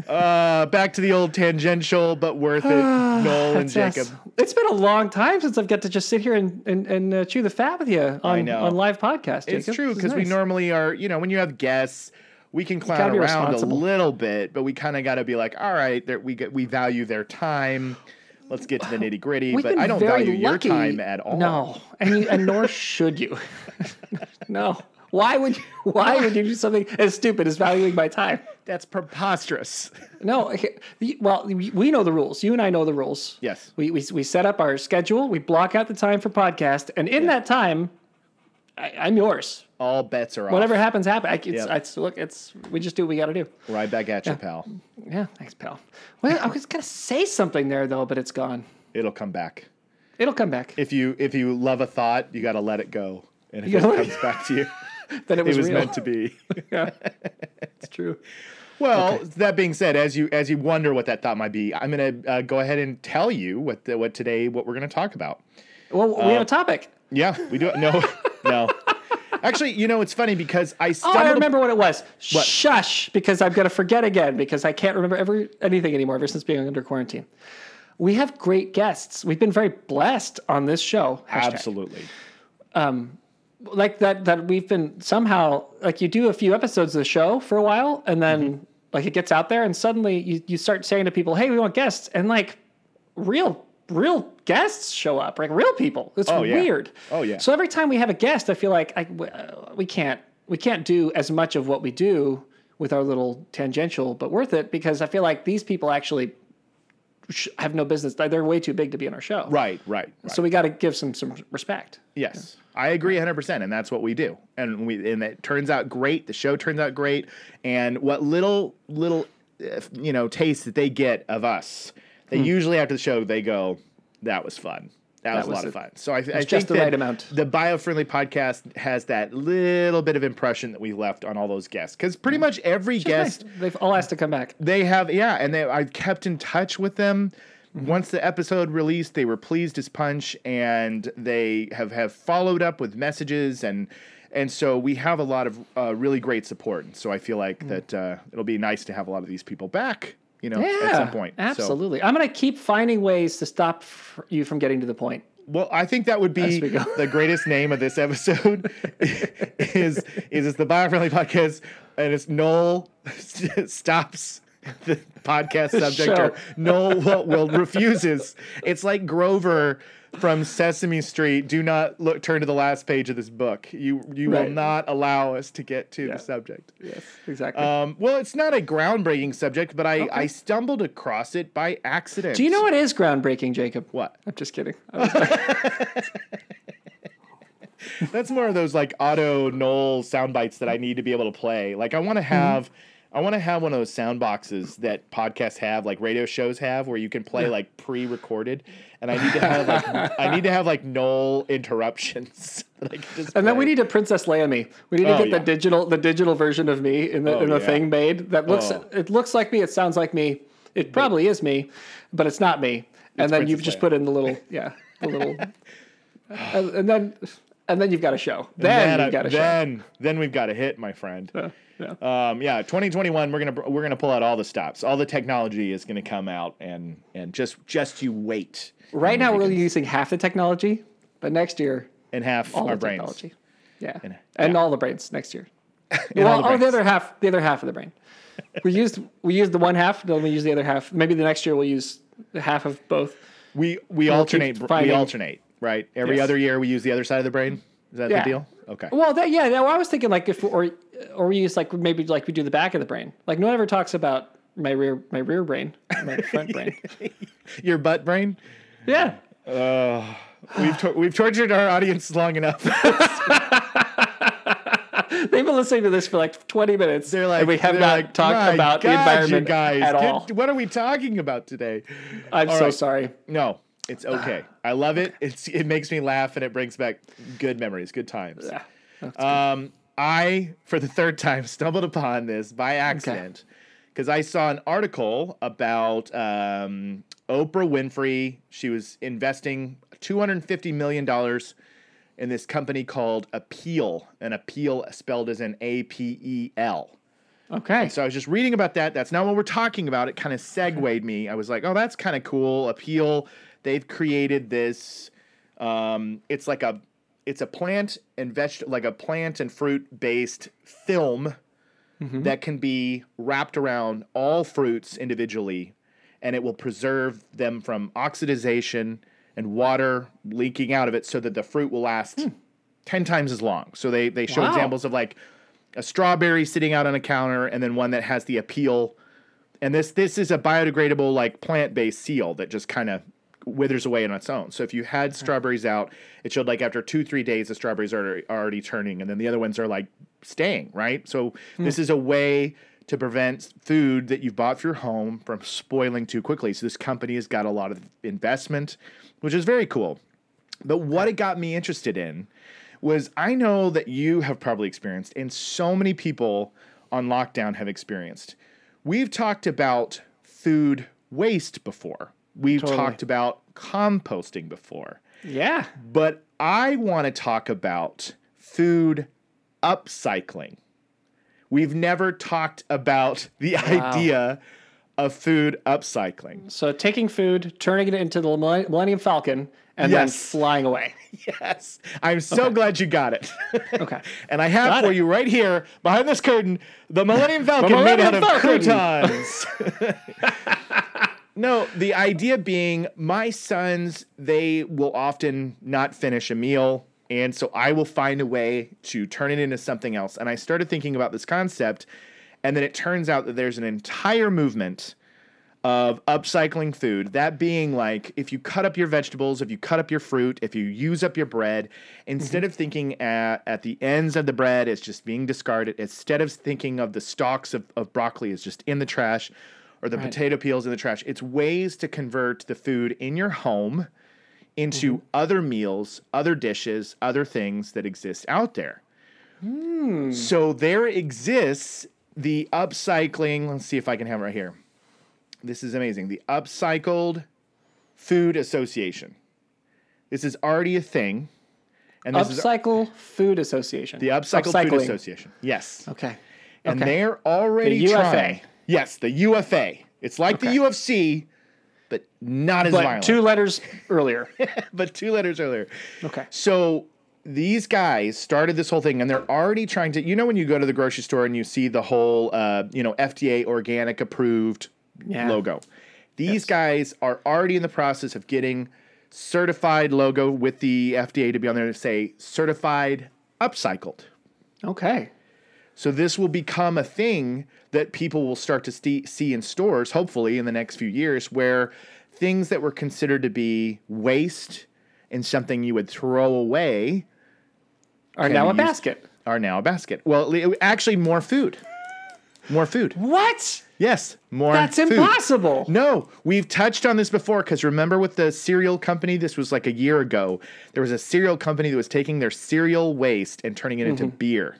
[SPEAKER 3] Uh, back to the old tangential, but
[SPEAKER 2] *sighs*
[SPEAKER 3] worth it. Noel and
[SPEAKER 2] Yes.
[SPEAKER 3] Jacob.
[SPEAKER 2] It's been a long time since I've got to just sit here and, and, and uh, chew the fat with you on,
[SPEAKER 3] know.
[SPEAKER 2] on live podcast.
[SPEAKER 3] It's
[SPEAKER 2] Jacob.
[SPEAKER 3] true
[SPEAKER 2] This is
[SPEAKER 3] because we
[SPEAKER 2] nice.
[SPEAKER 3] normally are, you know, when you have guests, we can clown
[SPEAKER 2] gotta be
[SPEAKER 3] around a
[SPEAKER 2] responsible.
[SPEAKER 3] little bit, but we kind of got to be like, all right, there- we get, we value their time. Let's get to
[SPEAKER 2] *sighs*
[SPEAKER 3] the nitty gritty.
[SPEAKER 2] We've
[SPEAKER 3] But
[SPEAKER 2] been
[SPEAKER 3] I don't
[SPEAKER 2] very
[SPEAKER 3] value
[SPEAKER 2] lucky.
[SPEAKER 3] your time at all.
[SPEAKER 2] No, and you, and
[SPEAKER 3] *laughs*
[SPEAKER 2] nor should you. *laughs* no. Why would you, why would you do something as stupid as valuing my time?
[SPEAKER 3] That's preposterous.
[SPEAKER 2] No. okay, the- Well, we we know the rules. You and I know the rules.
[SPEAKER 3] Yes.
[SPEAKER 2] We we, we set up our schedule. We block out the time for podcast, and in that time, I, I'm yours.
[SPEAKER 3] All bets are
[SPEAKER 2] Whatever
[SPEAKER 3] off.
[SPEAKER 2] happens, happen. I, it's,
[SPEAKER 3] Yep.
[SPEAKER 2] it's- look, it's we just do what we got to do.
[SPEAKER 3] Right back at you, pal.
[SPEAKER 2] Yeah, thanks, pal. Well, I was gonna say something there though, but it's gone.
[SPEAKER 3] It'll come back.
[SPEAKER 2] It'll come back.
[SPEAKER 3] If you if you love a thought, you got to let it go. And if
[SPEAKER 2] You
[SPEAKER 3] it
[SPEAKER 2] gotta let
[SPEAKER 3] comes back to you,
[SPEAKER 2] that *laughs* it
[SPEAKER 3] it
[SPEAKER 2] was,
[SPEAKER 3] was
[SPEAKER 2] real.
[SPEAKER 3] meant to be.
[SPEAKER 2] Yeah. it's true.
[SPEAKER 3] Well, that being said, as you as you wonder what that thought might be, I'm going to uh, go ahead and tell you what the, what today what we're going to talk about.
[SPEAKER 2] Well, we
[SPEAKER 3] Uh,
[SPEAKER 2] have a topic.
[SPEAKER 3] Yeah, we do.
[SPEAKER 2] *laughs*
[SPEAKER 3] No, no. Actually, you know, it's funny because I
[SPEAKER 2] Oh,
[SPEAKER 3] stumbled.
[SPEAKER 2] I remember what it was. Shush, because I'm going to forget again because I can't remember every anything anymore ever since being under quarantine. We have great guests. We've been very blessed on this show. Hashtag.
[SPEAKER 3] Absolutely.
[SPEAKER 2] Like that that we've been somehow like you do a few episodes of the show for a while and then
[SPEAKER 3] Mm-hmm.
[SPEAKER 2] like it gets out there and suddenly you, you start saying to people, "Hey, we want guests." And like real real guests show up, like real people. It's
[SPEAKER 3] Oh, yeah.
[SPEAKER 2] weird.
[SPEAKER 3] Oh, yeah.
[SPEAKER 2] So every time we have a guest, I feel like I, w- uh, we can't we can't do as much of what we do with our little tangential, but worth it because I feel like these people actually sh- have no business. They're- They're way too big to be on our show.
[SPEAKER 3] Right, right. right.
[SPEAKER 2] So we got to give some some respect.
[SPEAKER 3] Yes, I agree 100%, and that's what we do. And we and it turns out great. The show turns out great, and what little little uh, you know taste that they get of us, they
[SPEAKER 2] Hmm.
[SPEAKER 3] usually after the show they go, "That was fun. That, was,
[SPEAKER 2] was
[SPEAKER 3] a lot of
[SPEAKER 2] it.
[SPEAKER 3] fun." So I, I think
[SPEAKER 2] just the
[SPEAKER 3] that
[SPEAKER 2] right amount.
[SPEAKER 3] The biofriendly podcast has that little bit of impression that we left on all those guests because pretty much every guest
[SPEAKER 2] Hmm. Nice. They've all asked to come back.
[SPEAKER 3] they have yeah and they i've kept in touch with them once the episode released they were pleased as punch and they have have followed up with messages and and so we have a lot of uh, really great support and so i feel like that uh, it'll be nice to have a lot of these people back you know
[SPEAKER 2] Yeah,
[SPEAKER 3] at some point So-
[SPEAKER 2] absolutely. I'm going to keep finding ways to stop f- you from getting to the point.
[SPEAKER 3] well i think that would be
[SPEAKER 2] As we go.
[SPEAKER 3] the greatest name of this
[SPEAKER 2] *laughs*
[SPEAKER 3] episode is is it's the biofriendly podcast and it's noel *laughs* stops the podcast subject
[SPEAKER 2] show.
[SPEAKER 3] or Noel will, will refuses. It's like Grover from Sesame Street. Do not look turn to the last page of this book. You you
[SPEAKER 2] Right.
[SPEAKER 3] will not allow us to get to
[SPEAKER 2] Yeah.
[SPEAKER 3] the subject.
[SPEAKER 2] Yes, exactly.
[SPEAKER 3] Um, well, it's not a groundbreaking subject, but I, I stumbled across it by accident.
[SPEAKER 2] Do you know what is groundbreaking, Jacob?
[SPEAKER 3] what? Oh,
[SPEAKER 2] I'm just kidding. I was-
[SPEAKER 3] That's more of those like auto Knoll sound bites that I need to be able to play. Like I want
[SPEAKER 2] Mm-hmm.
[SPEAKER 3] to have, I want to have one of those sound boxes that podcasts have, like radio shows have, where you can play like pre-recorded. And I need to have
[SPEAKER 2] *laughs*
[SPEAKER 3] like, I need to have like Knoll interruptions. *laughs* that I can just
[SPEAKER 2] and then we
[SPEAKER 3] play.
[SPEAKER 2] need a Princess Leia me. We need
[SPEAKER 3] Oh,
[SPEAKER 2] to get
[SPEAKER 3] yeah.
[SPEAKER 2] the digital the digital version of me in the
[SPEAKER 3] Oh,
[SPEAKER 2] in the
[SPEAKER 3] yeah.
[SPEAKER 2] thing made that looks
[SPEAKER 3] Oh.
[SPEAKER 2] it looks like me. It sounds like me. It probably is me, but it's not me. And then you
[SPEAKER 3] Princess
[SPEAKER 2] just
[SPEAKER 3] Leia.
[SPEAKER 2] put in the little yeah
[SPEAKER 3] *laughs*
[SPEAKER 2] the little and, and then and then you've got a show. *laughs* Then,
[SPEAKER 3] Then, I-
[SPEAKER 2] you've got a
[SPEAKER 3] then, then we've got a hit, my
[SPEAKER 2] *laughs*
[SPEAKER 3] friend.
[SPEAKER 2] show. Yeah.
[SPEAKER 3] Um, yeah, 2021. We're gonna we're gonna pull out all the stops. All the technology is gonna come out, and and just just you wait
[SPEAKER 2] Right now we're only using half the technology, but next year
[SPEAKER 3] and half
[SPEAKER 2] all
[SPEAKER 3] our
[SPEAKER 2] the
[SPEAKER 3] brains.
[SPEAKER 2] technology. Yeah. And,
[SPEAKER 3] yeah.
[SPEAKER 2] all the brains
[SPEAKER 3] *laughs*
[SPEAKER 2] next year.
[SPEAKER 3] all
[SPEAKER 2] well,
[SPEAKER 3] the
[SPEAKER 2] oh, the
[SPEAKER 3] brains.
[SPEAKER 2] other half, the other half of the brain. We used we used the one half, then we use the other half. Maybe the next year we'll use the half of both.
[SPEAKER 3] We we alternate. We
[SPEAKER 2] finding-
[SPEAKER 3] alternate, right? Every
[SPEAKER 2] Yes.
[SPEAKER 3] other year, we use the other side of the brain. Is that
[SPEAKER 2] Yeah.
[SPEAKER 3] the deal? Okay.
[SPEAKER 2] Well, that yeah, no, I was thinking like if or or we use like maybe like we do the back of the brain. Like no one ever talks about my rear my rear brain,
[SPEAKER 3] *laughs*
[SPEAKER 2] my front brain.
[SPEAKER 3] Your butt brain.
[SPEAKER 2] Yeah.
[SPEAKER 3] We've tor- we've tortured our audience long enough. *laughs*
[SPEAKER 2] They've been listening to this for like 20 minutes.
[SPEAKER 3] They're like
[SPEAKER 2] and we have
[SPEAKER 3] they're
[SPEAKER 2] not
[SPEAKER 3] like,
[SPEAKER 2] talked
[SPEAKER 3] "My
[SPEAKER 2] about the
[SPEAKER 3] God, you
[SPEAKER 2] environment
[SPEAKER 3] guys,
[SPEAKER 2] at
[SPEAKER 3] get-
[SPEAKER 2] all.
[SPEAKER 3] What are we talking about today?
[SPEAKER 2] I'm
[SPEAKER 3] all
[SPEAKER 2] so
[SPEAKER 3] right.
[SPEAKER 2] sorry.
[SPEAKER 3] No, it's okay. I love it. It's it makes me laugh and it brings back good memories, good times.
[SPEAKER 2] Yeah.
[SPEAKER 3] Um, I, for the third time, *laughs* stumbled upon this by accident because I saw an article about um, Oprah Winfrey. She was investing $250 million in this company called Appeal, and Appeal spelled as an A P E L.
[SPEAKER 2] Okay.
[SPEAKER 3] So I was just reading about that. That's not what we're talking about. It kind of segued me. I was like, oh, that's kind of cool. Appeal. They've created this. Um, it's like a it's a plant and veg like a plant and fruit based film that can be wrapped around all fruits individually and it will preserve them from oxidization and water leaking out of it so that the fruit will last 10 times as long. So they, they show
[SPEAKER 2] Wow.
[SPEAKER 3] examples of like a strawberry sitting out on a counter and then one that has the appeal. And this this is a biodegradable like plant-based seal that just kind of withers away on its own. So if you had strawberries out, it showed like after 2-3 days the strawberries are, are already turning and then the other ones are like staying, right? So this is a way to prevent food that you've bought for your home from spoiling too quickly. So this company has got a lot of investment, which is very cool. But what it got me interested in was I know that you have probably experienced, and so many people on lockdown have experienced. We've talked about food waste before, we've
[SPEAKER 2] Totally.
[SPEAKER 3] talked about composting before,
[SPEAKER 2] Yeah.
[SPEAKER 3] but I want to talk about food upcycling. We've never talked about the idea of food upcycling.
[SPEAKER 2] So taking food, turning it into the Millenn- Millennium Falcon, and then
[SPEAKER 3] Yes. *laughs*
[SPEAKER 2] flying away.
[SPEAKER 3] Yes. I'm so glad you got it. *laughs*
[SPEAKER 2] Okay.
[SPEAKER 3] And I have
[SPEAKER 2] Got
[SPEAKER 3] for
[SPEAKER 2] it.
[SPEAKER 3] you right here behind this curtain the Millennium Falcon made out
[SPEAKER 2] Millennium
[SPEAKER 3] of
[SPEAKER 2] Falcon.
[SPEAKER 3] croutons. *laughs* no, the idea being my sons, they will often not finish a meal. And so I will find a way to turn it into something else. And I started thinking about this concept. And then it turns out that there's an entire movement of upcycling food. That being like if you cut up your vegetables, if you cut up your fruit, if you use up your bread, instead of thinking at, at the ends of the bread as just being discarded, instead of thinking of the stalks of, of broccoli as just in the trash or the potato peels in the trash, it's ways to convert the food in your home into
[SPEAKER 2] Mm-hmm.
[SPEAKER 3] other meals, other dishes, other things that exist out there.
[SPEAKER 2] Hmm.
[SPEAKER 3] So there exists the upcycling. Let's see if I can have it right here. This is amazing. The Upcycled Food Association. This is already a thing. And this is
[SPEAKER 2] Upcycle Food Association.
[SPEAKER 3] the Upcycled Food
[SPEAKER 2] Upcycling.
[SPEAKER 3] Association. Yes.
[SPEAKER 2] Okay.
[SPEAKER 3] And
[SPEAKER 2] okay.
[SPEAKER 3] they're already
[SPEAKER 2] The UFA.
[SPEAKER 3] trying. Yes, the UFA. It's like
[SPEAKER 2] Okay.
[SPEAKER 3] the UFC, but not as
[SPEAKER 2] but
[SPEAKER 3] violent.
[SPEAKER 2] two letters earlier.
[SPEAKER 3] *laughs* but two letters earlier.
[SPEAKER 2] Okay.
[SPEAKER 3] So these guys started this whole thing, and they're already trying to. You know, when you go to the grocery store and you see the whole, uh, you know, FDA organic approved
[SPEAKER 2] Yeah.
[SPEAKER 3] logo. These guys are already in the process of getting certified logo with the FDA to be on there to say certified upcycled.
[SPEAKER 2] Okay.
[SPEAKER 3] So this will become a thing that people will start to see, see in stores, hopefully in the next few years, where things that were considered to be waste and something you would throw away
[SPEAKER 2] Are now a
[SPEAKER 3] you use-
[SPEAKER 2] basket.
[SPEAKER 3] are now a basket. Well, li- actually, more food. More food.
[SPEAKER 2] What?
[SPEAKER 3] Yes, more.
[SPEAKER 2] That's
[SPEAKER 3] food.
[SPEAKER 2] impossible.
[SPEAKER 3] No, we've touched on this before because remember with the cereal company, this was like a year ago. There was a cereal company that was taking their cereal waste and turning it into
[SPEAKER 2] Mm-hmm.
[SPEAKER 3] beer.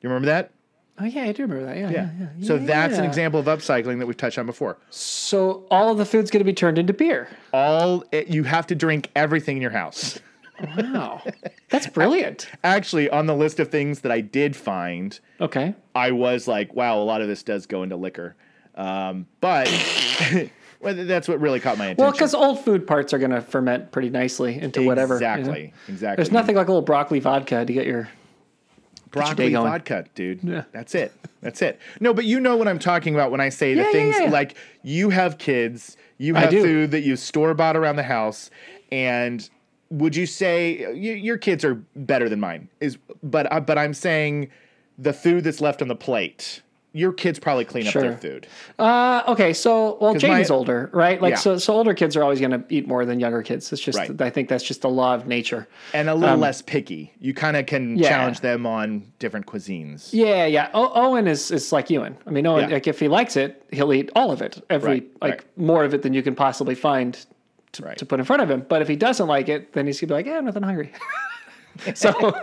[SPEAKER 3] You remember that?
[SPEAKER 2] Oh yeah, I do remember that. Yeah. Yeah. yeah,
[SPEAKER 3] So that's an
[SPEAKER 2] yeah.
[SPEAKER 3] example of upcycling that we've touched on before.
[SPEAKER 2] So all of the food's going to be turned into beer.
[SPEAKER 3] All it, you have to drink everything in your house. *laughs*
[SPEAKER 2] Wow. That's brilliant.
[SPEAKER 3] Actually, on the list of things that I did find,
[SPEAKER 2] Okay.
[SPEAKER 3] I was like, wow, a lot of this does go into liquor. Um, but *laughs* well, that's what really caught my attention.
[SPEAKER 2] Well, because old food parts are going to ferment pretty nicely into whatever. you know?
[SPEAKER 3] Exactly. Exactly.
[SPEAKER 2] There's nothing like a little broccoli vodka to get your.
[SPEAKER 3] broccoli
[SPEAKER 2] day going.
[SPEAKER 3] vodka, dude.
[SPEAKER 2] Yeah.
[SPEAKER 3] That's it. That's it. No, but you know what I'm talking about when I say the
[SPEAKER 2] Yeah, yeah,
[SPEAKER 3] things
[SPEAKER 2] yeah, yeah.
[SPEAKER 3] like you have kids, you
[SPEAKER 2] I
[SPEAKER 3] have
[SPEAKER 2] do.
[SPEAKER 3] food that you store bought around the house, and would you say y- your kids are better than mine? Is but uh, but I'm saying the food that's left on the plate. Your kids probably clean up
[SPEAKER 2] Sure.
[SPEAKER 3] their food.
[SPEAKER 2] Uh, okay, so well,
[SPEAKER 3] 'Cause my-
[SPEAKER 2] Jaden's older, right? Like
[SPEAKER 3] Yeah.
[SPEAKER 2] so, so older kids are always going to eat more than younger kids. It's just
[SPEAKER 3] Right.
[SPEAKER 2] I think that's just the law of nature.
[SPEAKER 3] and a little less picky. You kind of can
[SPEAKER 2] Yeah.
[SPEAKER 3] challenge them on different cuisines.
[SPEAKER 2] Yeah, yeah. O- Owen is is like Ewan. I mean, Owen,
[SPEAKER 3] Yeah.
[SPEAKER 2] like if he likes it, he'll eat all of it, every
[SPEAKER 3] Right,
[SPEAKER 2] like
[SPEAKER 3] right.
[SPEAKER 2] more of it than you can possibly find to,
[SPEAKER 3] Right.
[SPEAKER 2] to put in front of him. But if he doesn't like it, then he's gonna be like, yeah, I'm nothing hungry. so,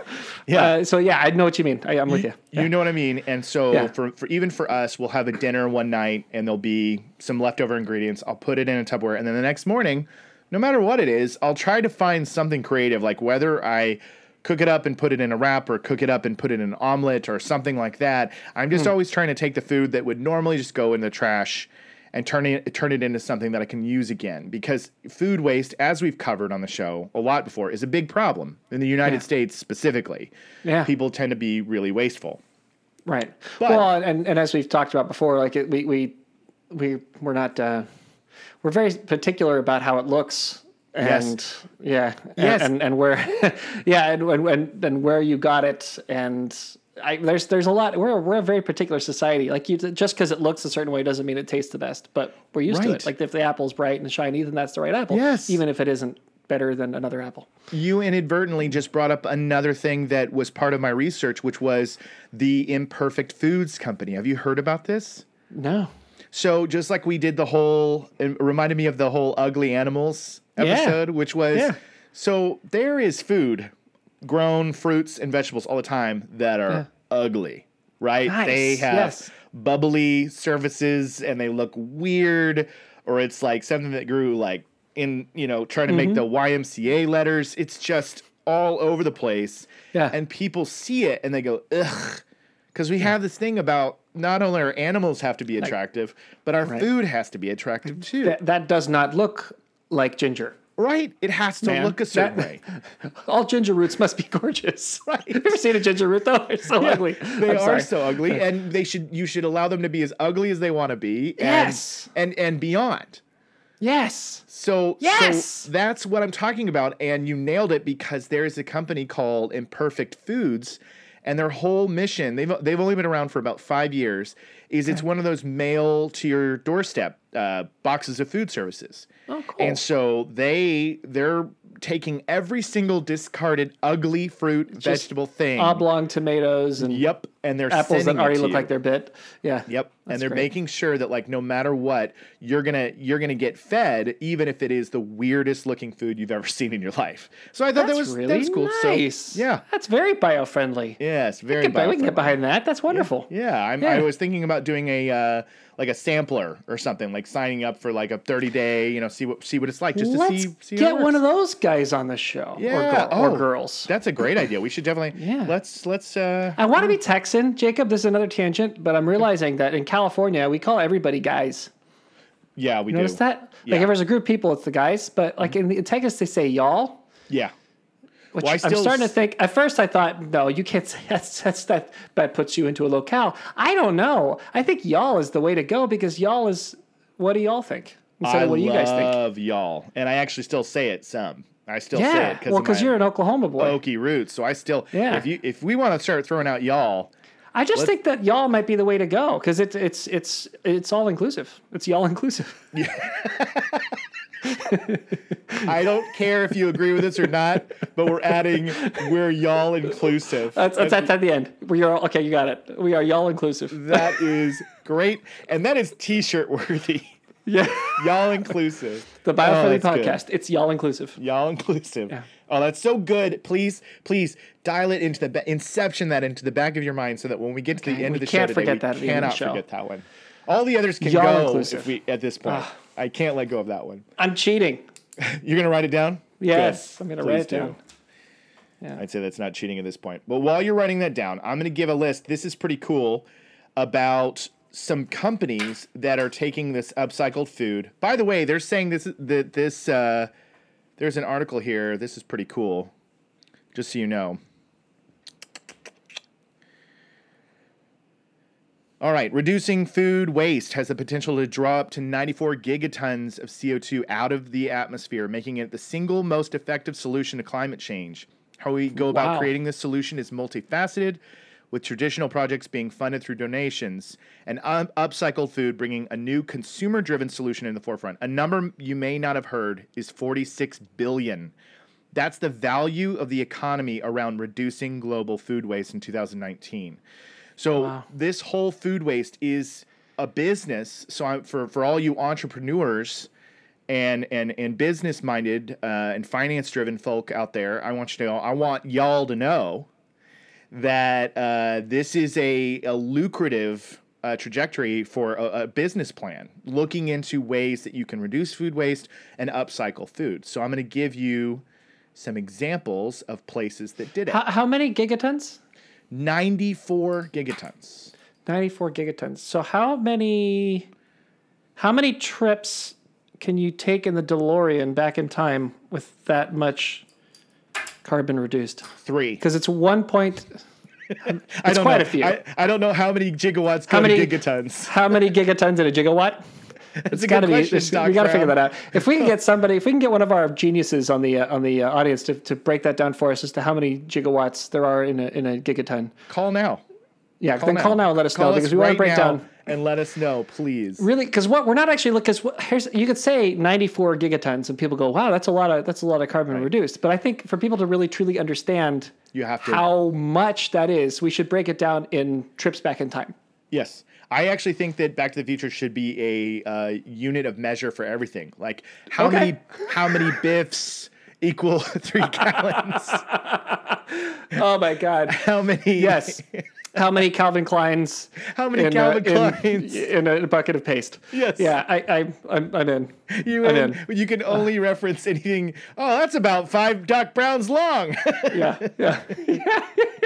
[SPEAKER 3] Yeah.
[SPEAKER 2] *laughs* uh, so yeah, I know what you mean. I, I'm with you.
[SPEAKER 3] You know what I mean? And so
[SPEAKER 2] Yeah.
[SPEAKER 3] for, for even for us, we'll have a dinner one night and there'll be some leftover ingredients. I'll put it in a Tupperware and then the next morning, no matter what it is, I'll try to find something creative like whether I cook it up and put it in a wrap or cook it up and put it in an omelet or something like that. I'm
[SPEAKER 2] Hmm.
[SPEAKER 3] just always trying to take the food that would normally just go in the trash and turn it turn it into something that I can use again because food waste as we've covered on the show a lot before is a big problem in the United
[SPEAKER 2] Yeah.
[SPEAKER 3] States specifically.
[SPEAKER 2] Yeah.
[SPEAKER 3] People tend to be really wasteful.
[SPEAKER 2] Right.
[SPEAKER 3] But-
[SPEAKER 2] well, and, and as we've talked about before, like it, we we we we're not uh, we're very particular about how it looks
[SPEAKER 3] Yes.
[SPEAKER 2] and yeah
[SPEAKER 3] Yes.
[SPEAKER 2] and and where *laughs* yeah and and, and and where you got it and I, there's there's a lot we're a, we're a very particular society like you just because it looks a certain way doesn't mean it tastes the best but we're used to
[SPEAKER 3] Right.
[SPEAKER 2] it like if the apple's bright and shiny then that's the right apple
[SPEAKER 3] Yes.
[SPEAKER 2] even if it isn't better than another apple
[SPEAKER 3] You inadvertently just brought up another thing that was part of my research, which was the Imperfect Foods Company. Have you heard about this?
[SPEAKER 2] no
[SPEAKER 3] So just like we did the whole, it reminded me of the whole ugly animals
[SPEAKER 2] Yeah.
[SPEAKER 3] episode, which was
[SPEAKER 2] Yeah.
[SPEAKER 3] so there is food, grown fruits and vegetables all the time that are ugly, right?
[SPEAKER 2] Nice,
[SPEAKER 3] They have
[SPEAKER 2] yes.
[SPEAKER 3] bubbly surfaces and they look weird, or it's like something that grew like in you know trying to make
[SPEAKER 2] Mm-hmm.
[SPEAKER 3] the YMCA letters. It's just all over the place,
[SPEAKER 2] Yeah.
[SPEAKER 3] And people see it and they go ugh. Because we have this thing about not only our animals have to be attractive, but our food has to be attractive too.
[SPEAKER 2] that, that does not look like ginger
[SPEAKER 3] right? It has to
[SPEAKER 2] Man,
[SPEAKER 3] look a certain
[SPEAKER 2] that-
[SPEAKER 3] way.
[SPEAKER 2] all ginger roots must be *laughs*
[SPEAKER 3] *laughs*
[SPEAKER 2] gorgeous right have you ever seen a ginger root though *laughs* they're so *laughs* ugly
[SPEAKER 3] They
[SPEAKER 2] I'm
[SPEAKER 3] are
[SPEAKER 2] sorry.
[SPEAKER 3] so
[SPEAKER 2] *laughs*
[SPEAKER 3] ugly, and they should you should allow them to be as ugly as they want to be. And,
[SPEAKER 2] Yes.
[SPEAKER 3] and and beyond.
[SPEAKER 2] yes
[SPEAKER 3] So so
[SPEAKER 2] Yes!
[SPEAKER 3] that's what I'm talking about, and you nailed it because there is a company called Imperfect Foods, and their whole mission they've they've only been around for about five years is it's one of those mail to your doorstep uh, boxes of food services.
[SPEAKER 2] oh cool
[SPEAKER 3] And so they they're taking every single discarded ugly fruit vegetable thing.
[SPEAKER 2] oblong tomatoes and
[SPEAKER 3] Yep, and they're
[SPEAKER 2] apples that
[SPEAKER 3] sending it
[SPEAKER 2] already
[SPEAKER 3] to
[SPEAKER 2] look
[SPEAKER 3] you.
[SPEAKER 2] like they're bit. Yeah.
[SPEAKER 3] Yep,
[SPEAKER 2] That's
[SPEAKER 3] and they're
[SPEAKER 2] great.
[SPEAKER 3] making sure that like no matter what, you're gonna you're gonna get fed, even if it is the weirdest looking food you've ever *laughs* seen in your life. So I thought
[SPEAKER 2] That's
[SPEAKER 3] that was
[SPEAKER 2] really
[SPEAKER 3] that was cool.
[SPEAKER 2] nice.
[SPEAKER 3] So yeah,
[SPEAKER 2] That's very biofriendly.
[SPEAKER 3] yes, very.
[SPEAKER 2] Get by- we can
[SPEAKER 3] biofriendly.
[SPEAKER 2] get behind that. That's wonderful.
[SPEAKER 3] Yeah, I'm, I
[SPEAKER 2] Yeah.
[SPEAKER 3] was thinking about doing a uh, like a sampler or something, like signing up for like a 30 day, you know, see what see what it's like, just
[SPEAKER 2] Let's
[SPEAKER 3] to see. see
[SPEAKER 2] get one
[SPEAKER 3] those.
[SPEAKER 2] of those guys on the show.
[SPEAKER 3] Yeah.
[SPEAKER 2] Or, girl, or
[SPEAKER 3] Oh.
[SPEAKER 2] girls.
[SPEAKER 3] That's a great idea. We should definitely.
[SPEAKER 2] *laughs* Yeah.
[SPEAKER 3] Let's let's. uh
[SPEAKER 2] I want to be Texan, Jacob. This is another tangent, but I'm realizing that in California we call everybody guys.
[SPEAKER 3] Yeah, we
[SPEAKER 2] You notice
[SPEAKER 3] do.
[SPEAKER 2] that? Like
[SPEAKER 3] Yeah. Mm-hmm.
[SPEAKER 2] if there's a group of people, it's the guys. But like in, in Texas, they say y'all.
[SPEAKER 3] Yeah.
[SPEAKER 2] Which
[SPEAKER 3] Well, I
[SPEAKER 2] I'm
[SPEAKER 3] still
[SPEAKER 2] starting to
[SPEAKER 3] s-
[SPEAKER 2] think. At first, I thought, no, you can't *laughs* say that's, that's that. That puts you into a locale. I don't know. I think y'all is the way to go because y'all is what do y'all think instead
[SPEAKER 3] I
[SPEAKER 2] of what do you guys think?
[SPEAKER 3] love y'all, and I actually still say it some. I still say it
[SPEAKER 2] Yeah,
[SPEAKER 3] because
[SPEAKER 2] well, because you're
[SPEAKER 3] *laughs* an
[SPEAKER 2] an Oklahoma boy.
[SPEAKER 3] oaky roots. So I still.
[SPEAKER 2] Yeah.
[SPEAKER 3] If you if we want to start throwing out y'all,
[SPEAKER 2] I just think that y'all might be the way to go because it's it's it's it's all inclusive. It's y'all inclusive. *laughs*
[SPEAKER 3] I don't care if you agree with us or not, but we're adding we're y'all inclusive.
[SPEAKER 2] That's that's at, at the end. We are okay. You got it. We are y'all inclusive.
[SPEAKER 3] that is great, and that is t-shirt worthy.
[SPEAKER 2] *laughs*
[SPEAKER 3] *laughs*
[SPEAKER 2] Yeah,
[SPEAKER 3] Y'all inclusive.
[SPEAKER 2] the Biofriendly
[SPEAKER 3] Oh, that's good.
[SPEAKER 2] podcast. It's y'all inclusive.
[SPEAKER 3] Y'all inclusive. Oh, that's so good. Please, please dial it into the ba- inception that into the back of your mind so that when we get to the end
[SPEAKER 2] we
[SPEAKER 3] of the show,
[SPEAKER 2] can't
[SPEAKER 3] today,
[SPEAKER 2] forget
[SPEAKER 3] we
[SPEAKER 2] that at the end of the
[SPEAKER 3] cannot
[SPEAKER 2] show.
[SPEAKER 3] forget that one. All the others can
[SPEAKER 2] Y'all
[SPEAKER 3] go
[SPEAKER 2] inclusive. Ah.
[SPEAKER 3] if we at this point. I can't let go of that one.
[SPEAKER 2] I'm cheating.
[SPEAKER 3] You're gonna write it down?
[SPEAKER 2] Yes, I'm gonna write
[SPEAKER 3] Please
[SPEAKER 2] it down. Yeah.
[SPEAKER 3] I'd say that's not cheating at this point. But while you're writing that down, I'm gonna give a list. This is pretty cool about some companies that are taking this upcycled food. By the way, they're saying this that this uh, there's an article here. This is pretty cool. Just so you know. All right, reducing food waste has the potential to draw up to 94 gigatons of CO2 out of the atmosphere, making it the single most effective solution to climate change. How we go about
[SPEAKER 2] Wow.
[SPEAKER 3] creating this solution is multifaceted, with traditional projects being funded through donations and um, upcycled food bringing a new consumer driven solution in the forefront. A number you may not have heard is 46 billion. That's the value of the economy around reducing global food waste in 2019. So this whole food waste is a business. So I'm, for for all you entrepreneurs and and and business minded uh, and finance driven folk out there, I want you to I want y'all to know that uh, this is a, a lucrative uh, trajectory for a, a business plan, looking into ways that you can reduce food waste and upcycle food. So I'm going to give you some examples of places that did it.
[SPEAKER 2] How, how many gigatons?
[SPEAKER 3] 94 gigatons.
[SPEAKER 2] 94 gigatons. So how many how many trips can you take in the DeLorean back in time with that much carbon reduced?
[SPEAKER 3] Three.
[SPEAKER 2] Because it's one point
[SPEAKER 3] I don't
[SPEAKER 2] quite
[SPEAKER 3] know.
[SPEAKER 2] a few.
[SPEAKER 3] I, I don't know how many gigawatts go
[SPEAKER 2] many-
[SPEAKER 3] to
[SPEAKER 2] *laughs*
[SPEAKER 3] gigatons. *laughs*
[SPEAKER 2] how many gigatons in a gigawatt?
[SPEAKER 3] That's
[SPEAKER 2] It's
[SPEAKER 3] a
[SPEAKER 2] got to
[SPEAKER 3] good
[SPEAKER 2] be.
[SPEAKER 3] question,
[SPEAKER 2] it's-
[SPEAKER 3] Doc
[SPEAKER 2] we got to
[SPEAKER 3] Brown.
[SPEAKER 2] figure that out. If we can
[SPEAKER 3] *laughs*
[SPEAKER 2] get somebody, if we can get one of our geniuses on the uh, on the uh, audience to, to break that down for us as to how many gigawatts there are in a in a gigaton,
[SPEAKER 3] Call now.
[SPEAKER 2] yeah, then call now and let us
[SPEAKER 3] Call
[SPEAKER 2] know because
[SPEAKER 3] us
[SPEAKER 2] we want
[SPEAKER 3] right
[SPEAKER 2] to break
[SPEAKER 3] now
[SPEAKER 2] down
[SPEAKER 3] and let us know, please.
[SPEAKER 2] really because what we're not actually looking. Here's you could say ninety four gigatons and people go, wow, that's a lot of that's a lot of carbon reduced. But I think for people to really truly understand
[SPEAKER 3] You have to-
[SPEAKER 2] how much that is, we should break it down in trips back in time.
[SPEAKER 3] Yes. I actually think that Back to the Future should be a uh, unit of measure for everything. Like how
[SPEAKER 2] Okay.
[SPEAKER 3] many how many biffs equal *laughs*
[SPEAKER 2] *laughs*
[SPEAKER 3] three gallons?
[SPEAKER 2] Oh my
[SPEAKER 3] *laughs*
[SPEAKER 2] god.
[SPEAKER 3] How many
[SPEAKER 2] Yes. How many Calvin Kleins?
[SPEAKER 3] How many
[SPEAKER 2] in,
[SPEAKER 3] Calvin
[SPEAKER 2] uh, in- *laughs*
[SPEAKER 3] Kleins?
[SPEAKER 2] in, a bucket of paste?
[SPEAKER 3] *laughs* Yes.
[SPEAKER 2] Yeah, I, I I'm, I'm in.
[SPEAKER 3] You
[SPEAKER 2] I'm
[SPEAKER 3] in- *laughs* you can only reference anything. Oh, that's about five Doc Browns long. *laughs*
[SPEAKER 2] Yeah, yeah. *laughs*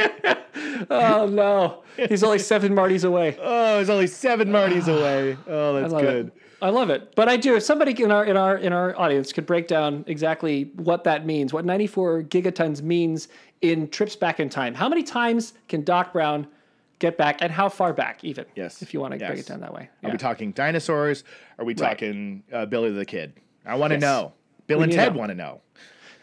[SPEAKER 2] oh no, he's only seven Martys away.
[SPEAKER 3] oh, it's only seven
[SPEAKER 2] *sighs*
[SPEAKER 3] Martys away. Oh, that's
[SPEAKER 2] I love
[SPEAKER 3] good.
[SPEAKER 2] it. I love it. But I do. If somebody in our in our in our audience could break down exactly what that means, what 94 gigatons means in trips back in time, how many times can Doc Brown get back, and how far back, even?
[SPEAKER 3] Yes.
[SPEAKER 2] If you want to break
[SPEAKER 3] Yes.
[SPEAKER 2] it down that way.
[SPEAKER 3] Are
[SPEAKER 2] Yeah.
[SPEAKER 3] we talking dinosaurs? Are we talking uh, Billy the Kid? I want to know. Bill and
[SPEAKER 2] need to
[SPEAKER 3] Ted
[SPEAKER 2] know.
[SPEAKER 3] want to know.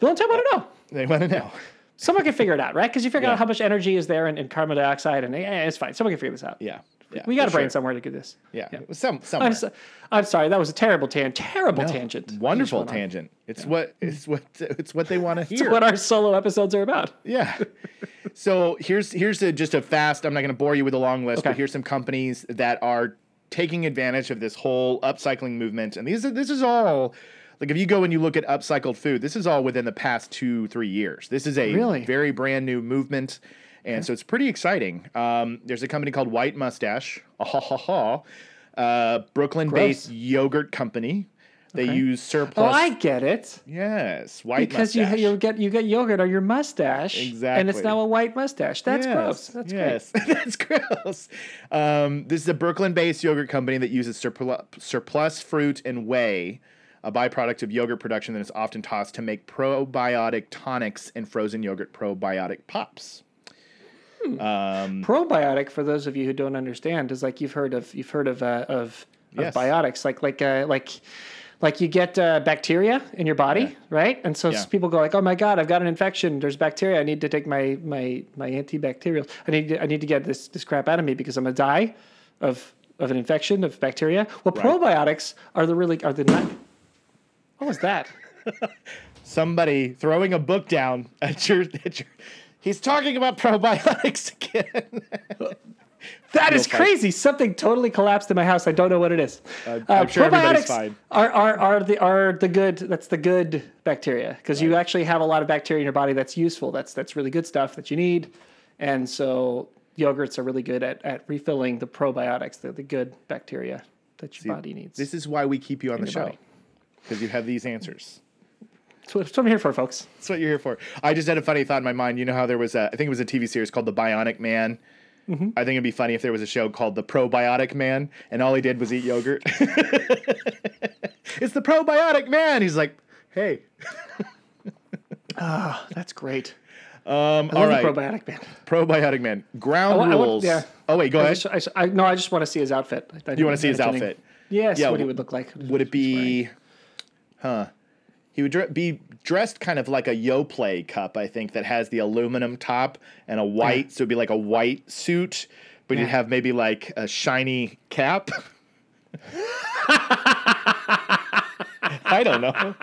[SPEAKER 2] Bill and Ted want to know.
[SPEAKER 3] They want to know.
[SPEAKER 2] Someone can figure it out, right? Because you figure
[SPEAKER 3] Yeah.
[SPEAKER 2] out how much energy is there in, in carbon dioxide, and eh, it's fine. Someone can figure this out.
[SPEAKER 3] Yeah. yeah
[SPEAKER 2] we got
[SPEAKER 3] for
[SPEAKER 2] a brain
[SPEAKER 3] sure.
[SPEAKER 2] somewhere to do this.
[SPEAKER 3] Yeah. Some. Somewhere.
[SPEAKER 2] I'm, so, I'm sorry, that was a terrible tan, terrible
[SPEAKER 3] No,
[SPEAKER 2] tangent.
[SPEAKER 3] Wonderful tangent.
[SPEAKER 2] tangent.
[SPEAKER 3] It's what it's what it's what they want to hear.
[SPEAKER 2] What our solo episodes are about.
[SPEAKER 3] yeah. So here's here's a, just a fast. I'm not going to bore you with a long list, but
[SPEAKER 2] Okay.
[SPEAKER 3] here's some companies that are taking advantage of this whole upcycling movement. And these are- this is all like if you go and you look at upcycled food, this is all within the past two three years. This is a
[SPEAKER 2] Really?
[SPEAKER 3] very brand new movement. And so it's pretty exciting. Um, there's a company called White Mustache, ah, ha ha ha, uh, Brooklyn-based
[SPEAKER 2] Gross.
[SPEAKER 3] yogurt company. They use
[SPEAKER 2] Oh,
[SPEAKER 3] surplus.
[SPEAKER 2] I get it.
[SPEAKER 3] Yes, white
[SPEAKER 2] because
[SPEAKER 3] mustache.
[SPEAKER 2] you you get you get yogurt on your mustache, and
[SPEAKER 3] Exactly.
[SPEAKER 2] it's now a white mustache. That's
[SPEAKER 3] Yes,
[SPEAKER 2] gross. That's gross.
[SPEAKER 3] yes, *laughs* that's gross. Um, this is a Brooklyn-based yogurt company that uses surplus, surplus fruit and whey, a byproduct of yogurt production that is often tossed to make probiotic tonics and frozen yogurt probiotic pops.
[SPEAKER 2] Probiotic, for those of you who don't understand, is like you've heard of you've heard of uh, of,
[SPEAKER 3] Yes.
[SPEAKER 2] of biotics, like like uh, like like you get uh, bacteria in your body, right? And so
[SPEAKER 3] Yeah.
[SPEAKER 2] people go like, "Oh my god, I've got an infection. There's bacteria. I need to take my my my antibacterial. I need to, I need to get this this crap out of me because I'm gonna die of of an infection of bacteria." Well, probiotics are the really are the not. What was that?
[SPEAKER 3] Somebody throwing a book down at your, at your he's talking about *laughs* probiotics again.
[SPEAKER 2] That is
[SPEAKER 3] fight.
[SPEAKER 2] crazy. Something totally collapsed in my house. I don't know what it is. Uh,
[SPEAKER 3] I'm sure everybody's
[SPEAKER 2] probiotics
[SPEAKER 3] fine.
[SPEAKER 2] Are, are, are the are the good? That's the good bacteria because you actually have a lot of bacteria in your body that's useful. That's that's really good stuff that you need, and so yogurts are really good at, at refilling the probiotics, the, the good bacteria that your body needs.
[SPEAKER 3] this is why we keep you on the
[SPEAKER 2] your
[SPEAKER 3] show
[SPEAKER 2] body.
[SPEAKER 3] because you have these answers.
[SPEAKER 2] that's, what, that's what I'm here for, folks.
[SPEAKER 3] That's what you're here for. I just had a funny thought in my mind. You know how there was a, I think it was a TV series called The Bionic Man.
[SPEAKER 2] Mm-hmm.
[SPEAKER 3] I think it'd be funny if there was a show called The Probiotic Man, and all he did was eat yogurt. *laughs* it's the probiotic man. He's like, hey,
[SPEAKER 2] That's great.
[SPEAKER 3] um,
[SPEAKER 2] I
[SPEAKER 3] all
[SPEAKER 2] love
[SPEAKER 3] right,
[SPEAKER 2] the probiotic man.
[SPEAKER 3] probiotic man. Ground
[SPEAKER 2] I want- I want-
[SPEAKER 3] rules.
[SPEAKER 2] yeah.
[SPEAKER 3] Oh wait, go
[SPEAKER 2] I
[SPEAKER 3] ahead.
[SPEAKER 2] just, I, just- I, no, I just want to see his outfit. I- I
[SPEAKER 3] you want to see his
[SPEAKER 2] entertaining.
[SPEAKER 3] outfit?
[SPEAKER 2] Yes,
[SPEAKER 3] Yeah,
[SPEAKER 2] what he
[SPEAKER 3] w-
[SPEAKER 2] would look like.
[SPEAKER 3] Would it be, huh? He would dre- be dressed kind of like a Yoplait cup, I think, that has the aluminum top and a white, so it'd be like a white suit, but you'd have maybe like a shiny cap. *laughs* I don't know.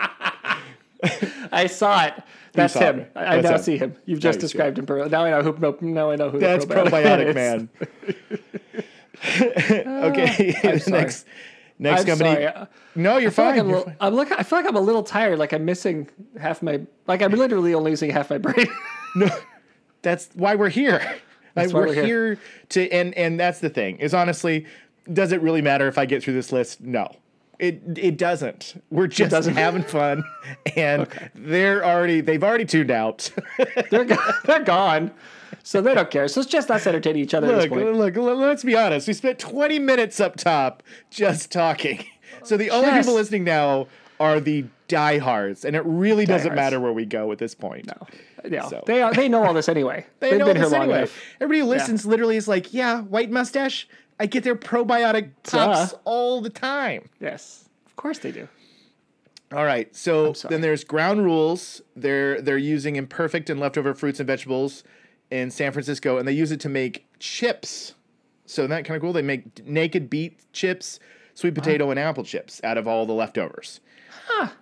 [SPEAKER 2] I saw it. That's
[SPEAKER 3] saw
[SPEAKER 2] him.
[SPEAKER 3] it.
[SPEAKER 2] I, I
[SPEAKER 3] That's
[SPEAKER 2] now
[SPEAKER 3] him.
[SPEAKER 2] see him. You've just
[SPEAKER 3] you see
[SPEAKER 2] described him perfectly. Now I know who. Now I know who. the
[SPEAKER 3] That's
[SPEAKER 2] is.
[SPEAKER 3] probiotic,
[SPEAKER 2] *laughs*
[SPEAKER 3] man. *laughs* okay, the *laughs*
[SPEAKER 2] sorry.
[SPEAKER 3] next next
[SPEAKER 2] I'm
[SPEAKER 3] company.
[SPEAKER 2] sorry. I-
[SPEAKER 3] No, you're
[SPEAKER 2] I feel like
[SPEAKER 3] fine.
[SPEAKER 2] I'm, a
[SPEAKER 3] you're
[SPEAKER 2] little, I'm look. I feel like I'm a little tired. Like I'm missing half my. Like I'm literally only using half my brain. *laughs*
[SPEAKER 3] that's why we're here. *laughs* Like,
[SPEAKER 2] why
[SPEAKER 3] we're,
[SPEAKER 2] we're
[SPEAKER 3] here.
[SPEAKER 2] here.
[SPEAKER 3] to and and that's the thing is honestly, does it really matter if I get through this list? No. It it doesn't. We're just
[SPEAKER 2] doesn't.
[SPEAKER 3] having
[SPEAKER 2] *laughs*
[SPEAKER 3] fun and they're already they've already tuned out. *laughs*
[SPEAKER 2] they're go- they're gone, so they don't care. So it's just us entertaining each other at
[SPEAKER 3] look,
[SPEAKER 2] this point.
[SPEAKER 3] look, l- let's be honest. We spent 20 minutes up top just talking. *laughs* So the only
[SPEAKER 2] Yes.
[SPEAKER 3] people listening now are the diehards and it really doesn't
[SPEAKER 2] Diehards.
[SPEAKER 3] matter where we go at this point. No.
[SPEAKER 2] Yeah,
[SPEAKER 3] so.
[SPEAKER 2] they are. They know all this anyway.
[SPEAKER 3] *laughs* They
[SPEAKER 2] They've
[SPEAKER 3] know
[SPEAKER 2] been here
[SPEAKER 3] this
[SPEAKER 2] long
[SPEAKER 3] anyway.
[SPEAKER 2] enough.
[SPEAKER 3] Everybody who listens literally is like, yeah, white mustache. I get their probiotic pops
[SPEAKER 2] Duh.
[SPEAKER 3] all the time.
[SPEAKER 2] Yes, of course they do.
[SPEAKER 3] All right. So
[SPEAKER 2] sorry.
[SPEAKER 3] then there's ground rules. They're they're using imperfect and leftover fruits and vegetables in San Francisco, and they use it to make chips. So isn't that kind of cool. They make d- naked beet chips, sweet potato, and apple chips out of all the leftovers.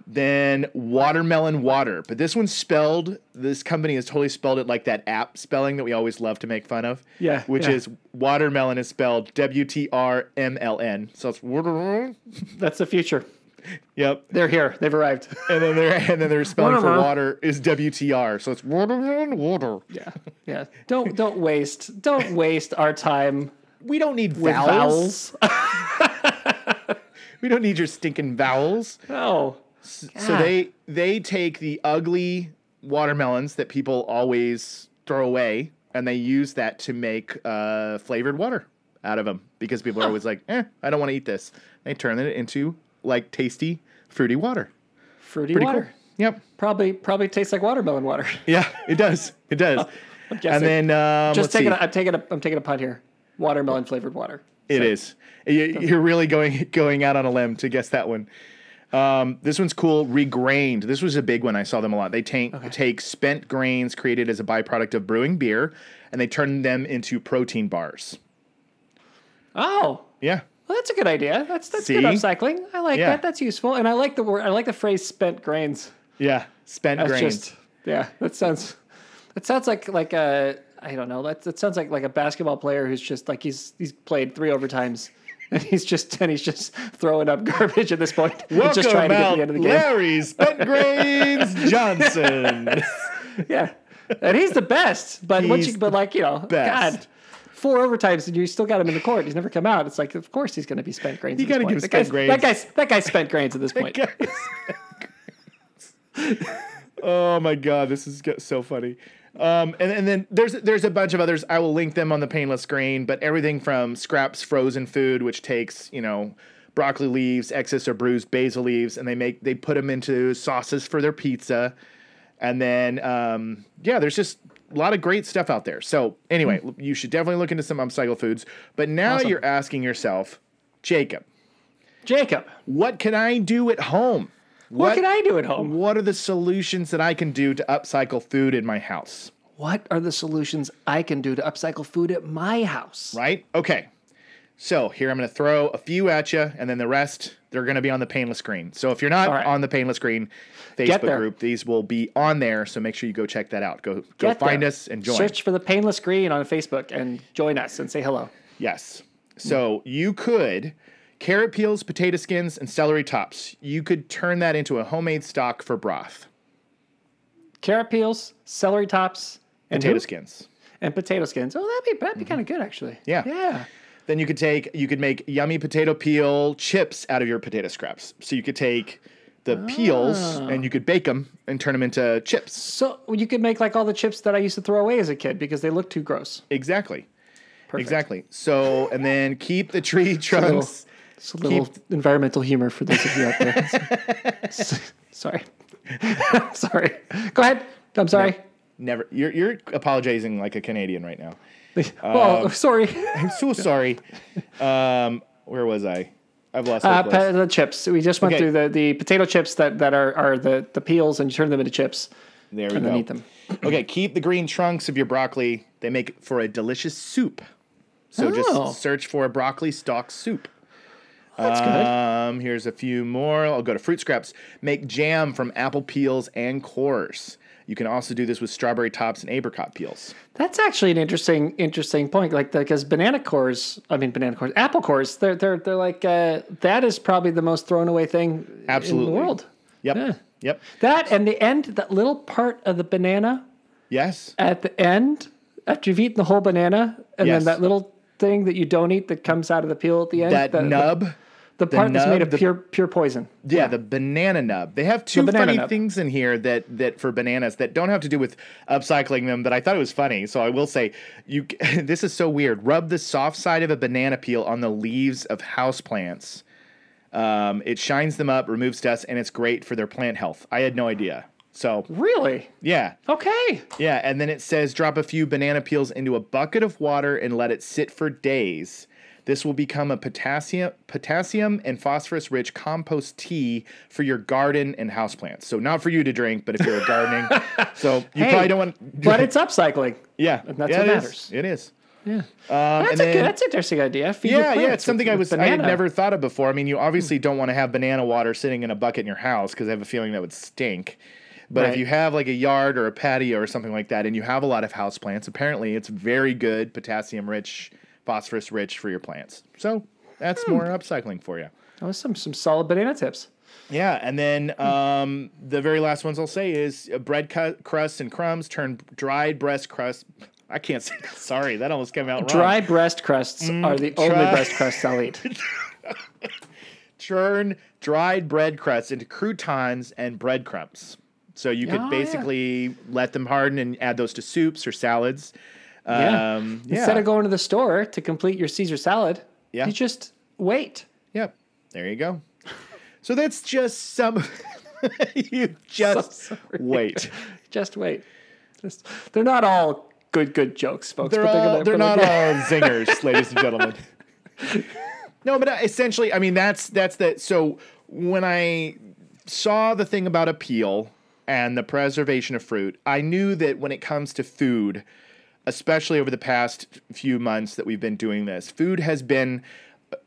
[SPEAKER 3] Then watermelon water, but this one's spelled. This company has totally spelled it like that app spelling that we always love to make fun of.
[SPEAKER 2] Yeah,
[SPEAKER 3] which
[SPEAKER 2] yeah.
[SPEAKER 3] is watermelon is spelled W T R M L N. So it's watermelon.
[SPEAKER 2] That's the future.
[SPEAKER 3] Yep.
[SPEAKER 2] They're here.
[SPEAKER 3] *laughs*
[SPEAKER 2] They've arrived.
[SPEAKER 3] And then their and then their spelling for
[SPEAKER 2] Whatever.
[SPEAKER 3] water is WTR. So it's water, water.
[SPEAKER 2] yeah, yeah. Don't don't waste don't waste our time
[SPEAKER 3] We don't need
[SPEAKER 2] with
[SPEAKER 3] vowels. *laughs*
[SPEAKER 2] vowels.
[SPEAKER 3] We don't need your stinking vowels.
[SPEAKER 2] No.
[SPEAKER 3] So they they take the ugly watermelons that people always throw away, and they use that to make uh, flavored water out of them because people are always like, "Eh, I don't want to eat this." They turn it into like tasty fruity water.
[SPEAKER 2] fruity
[SPEAKER 3] Pretty
[SPEAKER 2] water.
[SPEAKER 3] cool. Yep.
[SPEAKER 2] Probably probably tastes like watermelon water.
[SPEAKER 3] Yeah, it does. It
[SPEAKER 2] *laughs*
[SPEAKER 3] does.
[SPEAKER 2] guessing.
[SPEAKER 3] and then um, let's
[SPEAKER 2] Just
[SPEAKER 3] see.
[SPEAKER 2] taking a, I'm taking a I'm taking a punt here. Watermelon flavored water.
[SPEAKER 3] It is. You, you're really going going out on a limb to guess that one. Um, this one's cool. Regrained. This was a big one. I saw them a lot. They take take spent grains created as a byproduct of brewing beer, and they turn them into protein bars.
[SPEAKER 2] Oh,
[SPEAKER 3] Yeah.
[SPEAKER 2] well, that's a good idea. That's that's
[SPEAKER 3] See?
[SPEAKER 2] good upcycling. I like
[SPEAKER 3] Yeah.
[SPEAKER 2] that. That's useful, and I like the word. I like the phrase "spent grains."
[SPEAKER 3] Yeah. Spent
[SPEAKER 2] That's
[SPEAKER 3] grains.
[SPEAKER 2] just yeah. That sounds that sounds like like a I don't know. That that sounds like like a basketball player who's just like he's he's played three overtimes. *laughs* And he's just and he's just throwing up *laughs* garbage at this point. and just trying to get to the end of the game.
[SPEAKER 3] Larry Spent Grains
[SPEAKER 2] *laughs*
[SPEAKER 3] Johnson.
[SPEAKER 2] Yeah, and he's the best. But once
[SPEAKER 3] He's
[SPEAKER 2] you, but like you know,
[SPEAKER 3] best.
[SPEAKER 2] God, four overtimes and you still got him in the court. He's never come out. It's like, of course he's going to be spent grains. You
[SPEAKER 3] gotta give
[SPEAKER 2] that
[SPEAKER 3] spent
[SPEAKER 2] guy's,
[SPEAKER 3] grains.
[SPEAKER 2] That guy's *laughs* that guy's spent grains at this point.
[SPEAKER 3] *laughs* Oh my god, this is get- so funny. Um, and, and then there's there's a bunch of others. I will link them on the painless screen. But everything from scraps frozen food, which takes you know broccoli leaves, excess or bruised basil leaves, and they make they put them into sauces for their pizza. And then um, yeah, there's just a lot of great stuff out there. So anyway, you should definitely look into some upcycle foods. But now
[SPEAKER 2] Hmm. Awesome.
[SPEAKER 3] you're asking yourself, Jacob,
[SPEAKER 2] Jacob,
[SPEAKER 3] what can I do at home?
[SPEAKER 2] what, can I do at home?
[SPEAKER 3] What are the solutions that I can do to upcycle food in my house?
[SPEAKER 2] What are the solutions I can do to upcycle food at my house?
[SPEAKER 3] Right? Okay. So here I'm going to throw a few at you, and then the rest they're going to be on the painless screen. So if you're not
[SPEAKER 2] All right.
[SPEAKER 3] on the painless screen
[SPEAKER 2] Get
[SPEAKER 3] Facebook
[SPEAKER 2] there.
[SPEAKER 3] group, these will be on there. So make sure you go check that out. Go go
[SPEAKER 2] Get
[SPEAKER 3] find
[SPEAKER 2] there.
[SPEAKER 3] us and join.
[SPEAKER 2] Search for the painless green on Facebook and join us and say hello.
[SPEAKER 3] Yes. So you could carrot peels, potato skins, and celery tops. You could turn that into a homemade stock for broth.
[SPEAKER 2] Carrot peels, celery tops, and
[SPEAKER 3] Potato
[SPEAKER 2] who?
[SPEAKER 3] skins.
[SPEAKER 2] and potato skins. Oh, that'd be that'd be kind of good actually.
[SPEAKER 3] Yeah.
[SPEAKER 2] yeah.
[SPEAKER 3] Then you could take you could make yummy potato peel chips out of your potato scraps. So you could take the peels
[SPEAKER 2] Ah.
[SPEAKER 3] and you could bake them and turn them into chips.
[SPEAKER 2] So you could make like all the chips that I used to throw away as a kid because they looked too gross.
[SPEAKER 3] Exactly. Exactly. So and then keep the
[SPEAKER 2] *laughs*
[SPEAKER 3] tree trunks.
[SPEAKER 2] It's a little environmental humor for those of you out there. S- *laughs* sorry. *laughs* sorry. Go ahead. I'm sorry.
[SPEAKER 3] Never. You're you're apologizing like a Canadian right now.
[SPEAKER 2] well,
[SPEAKER 3] Uh, *laughs*
[SPEAKER 2] *laughs* sorry.
[SPEAKER 3] I'm
[SPEAKER 2] *laughs*
[SPEAKER 3] so sorry. Um, where was I? I've lost. my
[SPEAKER 2] Uh,
[SPEAKER 3] place.
[SPEAKER 2] pa- the chips. We just went
[SPEAKER 3] Okay.
[SPEAKER 2] through the, the potato chips that, that are, are the, the peels and you turn them into chips.
[SPEAKER 3] there we
[SPEAKER 2] and then
[SPEAKER 3] go.
[SPEAKER 2] eat them.
[SPEAKER 3] okay, keep the green trunks of your broccoli. They make for a delicious soup. So
[SPEAKER 2] Oh.
[SPEAKER 3] just search for a broccoli stock soup.
[SPEAKER 2] That's good.
[SPEAKER 3] Um, here's a few more. I'll go to fruit scraps. Make jam from apple peels and cores. You can also do this with strawberry tops and apricot peels.
[SPEAKER 2] That's actually an interesting interesting point. Like because banana cores, I mean banana cores, apple cores. They're they're they're like uh, that is probably the most thrown away thing
[SPEAKER 3] Absolutely.
[SPEAKER 2] in the world.
[SPEAKER 3] Yep.
[SPEAKER 2] Yeah.
[SPEAKER 3] Yep.
[SPEAKER 2] That and the end, that little part of the banana
[SPEAKER 3] Yes.
[SPEAKER 2] at the end, after you've eaten the whole banana, and
[SPEAKER 3] Yes.
[SPEAKER 2] then that little thing that you don't eat that comes out of the peel at the end.
[SPEAKER 3] That
[SPEAKER 2] the,
[SPEAKER 3] nub.
[SPEAKER 2] the, part that's made
[SPEAKER 3] nub,
[SPEAKER 2] of
[SPEAKER 3] the-
[SPEAKER 2] pure pure poison.
[SPEAKER 3] yeah, the banana nub. They have two
[SPEAKER 2] banana
[SPEAKER 3] funny
[SPEAKER 2] nub.
[SPEAKER 3] things in here that that for bananas that don't have to do with upcycling them. That I thought it was funny, so I will say you. c- *laughs* This is so weird. Rub the soft side of a banana peel on the leaves of houseplants. Um, it shines them up, removes dust, and it's great for their plant health. I had no idea. So
[SPEAKER 2] Really?
[SPEAKER 3] yeah,
[SPEAKER 2] Okay.
[SPEAKER 3] yeah, and then it says drop a few banana peels into a bucket of water and let it sit for days. This will become a potassium potassium and phosphorus rich compost tea for your garden and houseplants. So not for you to drink, but if you're
[SPEAKER 2] *laughs*
[SPEAKER 3] gardening. so you
[SPEAKER 2] Hey,
[SPEAKER 3] probably don't want
[SPEAKER 2] but it's upcycling.
[SPEAKER 3] yeah,
[SPEAKER 2] that's
[SPEAKER 3] yeah,
[SPEAKER 2] what
[SPEAKER 3] it is.
[SPEAKER 2] matters.
[SPEAKER 3] It is.
[SPEAKER 2] Yeah,
[SPEAKER 3] Um,
[SPEAKER 2] that's
[SPEAKER 3] and
[SPEAKER 2] a
[SPEAKER 3] then-
[SPEAKER 2] good. That's an interesting idea. Feed your
[SPEAKER 3] yeah, yeah,
[SPEAKER 2] plants
[SPEAKER 3] it's something
[SPEAKER 2] with-
[SPEAKER 3] I
[SPEAKER 2] with
[SPEAKER 3] was I had
[SPEAKER 2] banana.
[SPEAKER 3] never thought of before. I mean, you obviously don't want to have banana water sitting in a bucket in your house because I have a feeling that would stink. But if
[SPEAKER 2] Right.
[SPEAKER 3] you have like a yard or a patio or something like that, and you have a lot of house plants, apparently it's very good potassium rich, phosphorus rich for your plants. So that's more upcycling for you.
[SPEAKER 2] That was some some solid banana tips.
[SPEAKER 3] Yeah, and then um, the very last ones I'll say is uh, bread cu- crusts and crumbs turn dried breast crust. I can't say. Sorry, that almost came out wrong.
[SPEAKER 2] Dry breast crusts are the only
[SPEAKER 3] Mm, try-
[SPEAKER 2] breast crusts I'll eat.
[SPEAKER 3] *laughs* churn dried bread crusts into croutons and breadcrumbs. So you could
[SPEAKER 2] Oh, yeah.
[SPEAKER 3] basically let them harden and add those to soups or salads.
[SPEAKER 2] Yeah.
[SPEAKER 3] Um, yeah.
[SPEAKER 2] Instead of going to the store to complete your Caesar salad,
[SPEAKER 3] Yeah.
[SPEAKER 2] you just wait.
[SPEAKER 3] Yep. There you go. So that's just some. *laughs*
[SPEAKER 2] *laughs*
[SPEAKER 3] you just
[SPEAKER 2] sorry.
[SPEAKER 3] wait.
[SPEAKER 2] Just wait. Just, they're not all good good jokes, folks.
[SPEAKER 3] They're,
[SPEAKER 2] but
[SPEAKER 3] all,
[SPEAKER 2] gonna-
[SPEAKER 3] they're not
[SPEAKER 2] but like-
[SPEAKER 3] all *laughs* zingers, ladies and gentlemen. No, but uh, essentially, I mean that's that's the so when I saw the thing about appeal and the preservation of fruit, I knew that when it comes to food, especially over the past few months that we've been doing this, food has been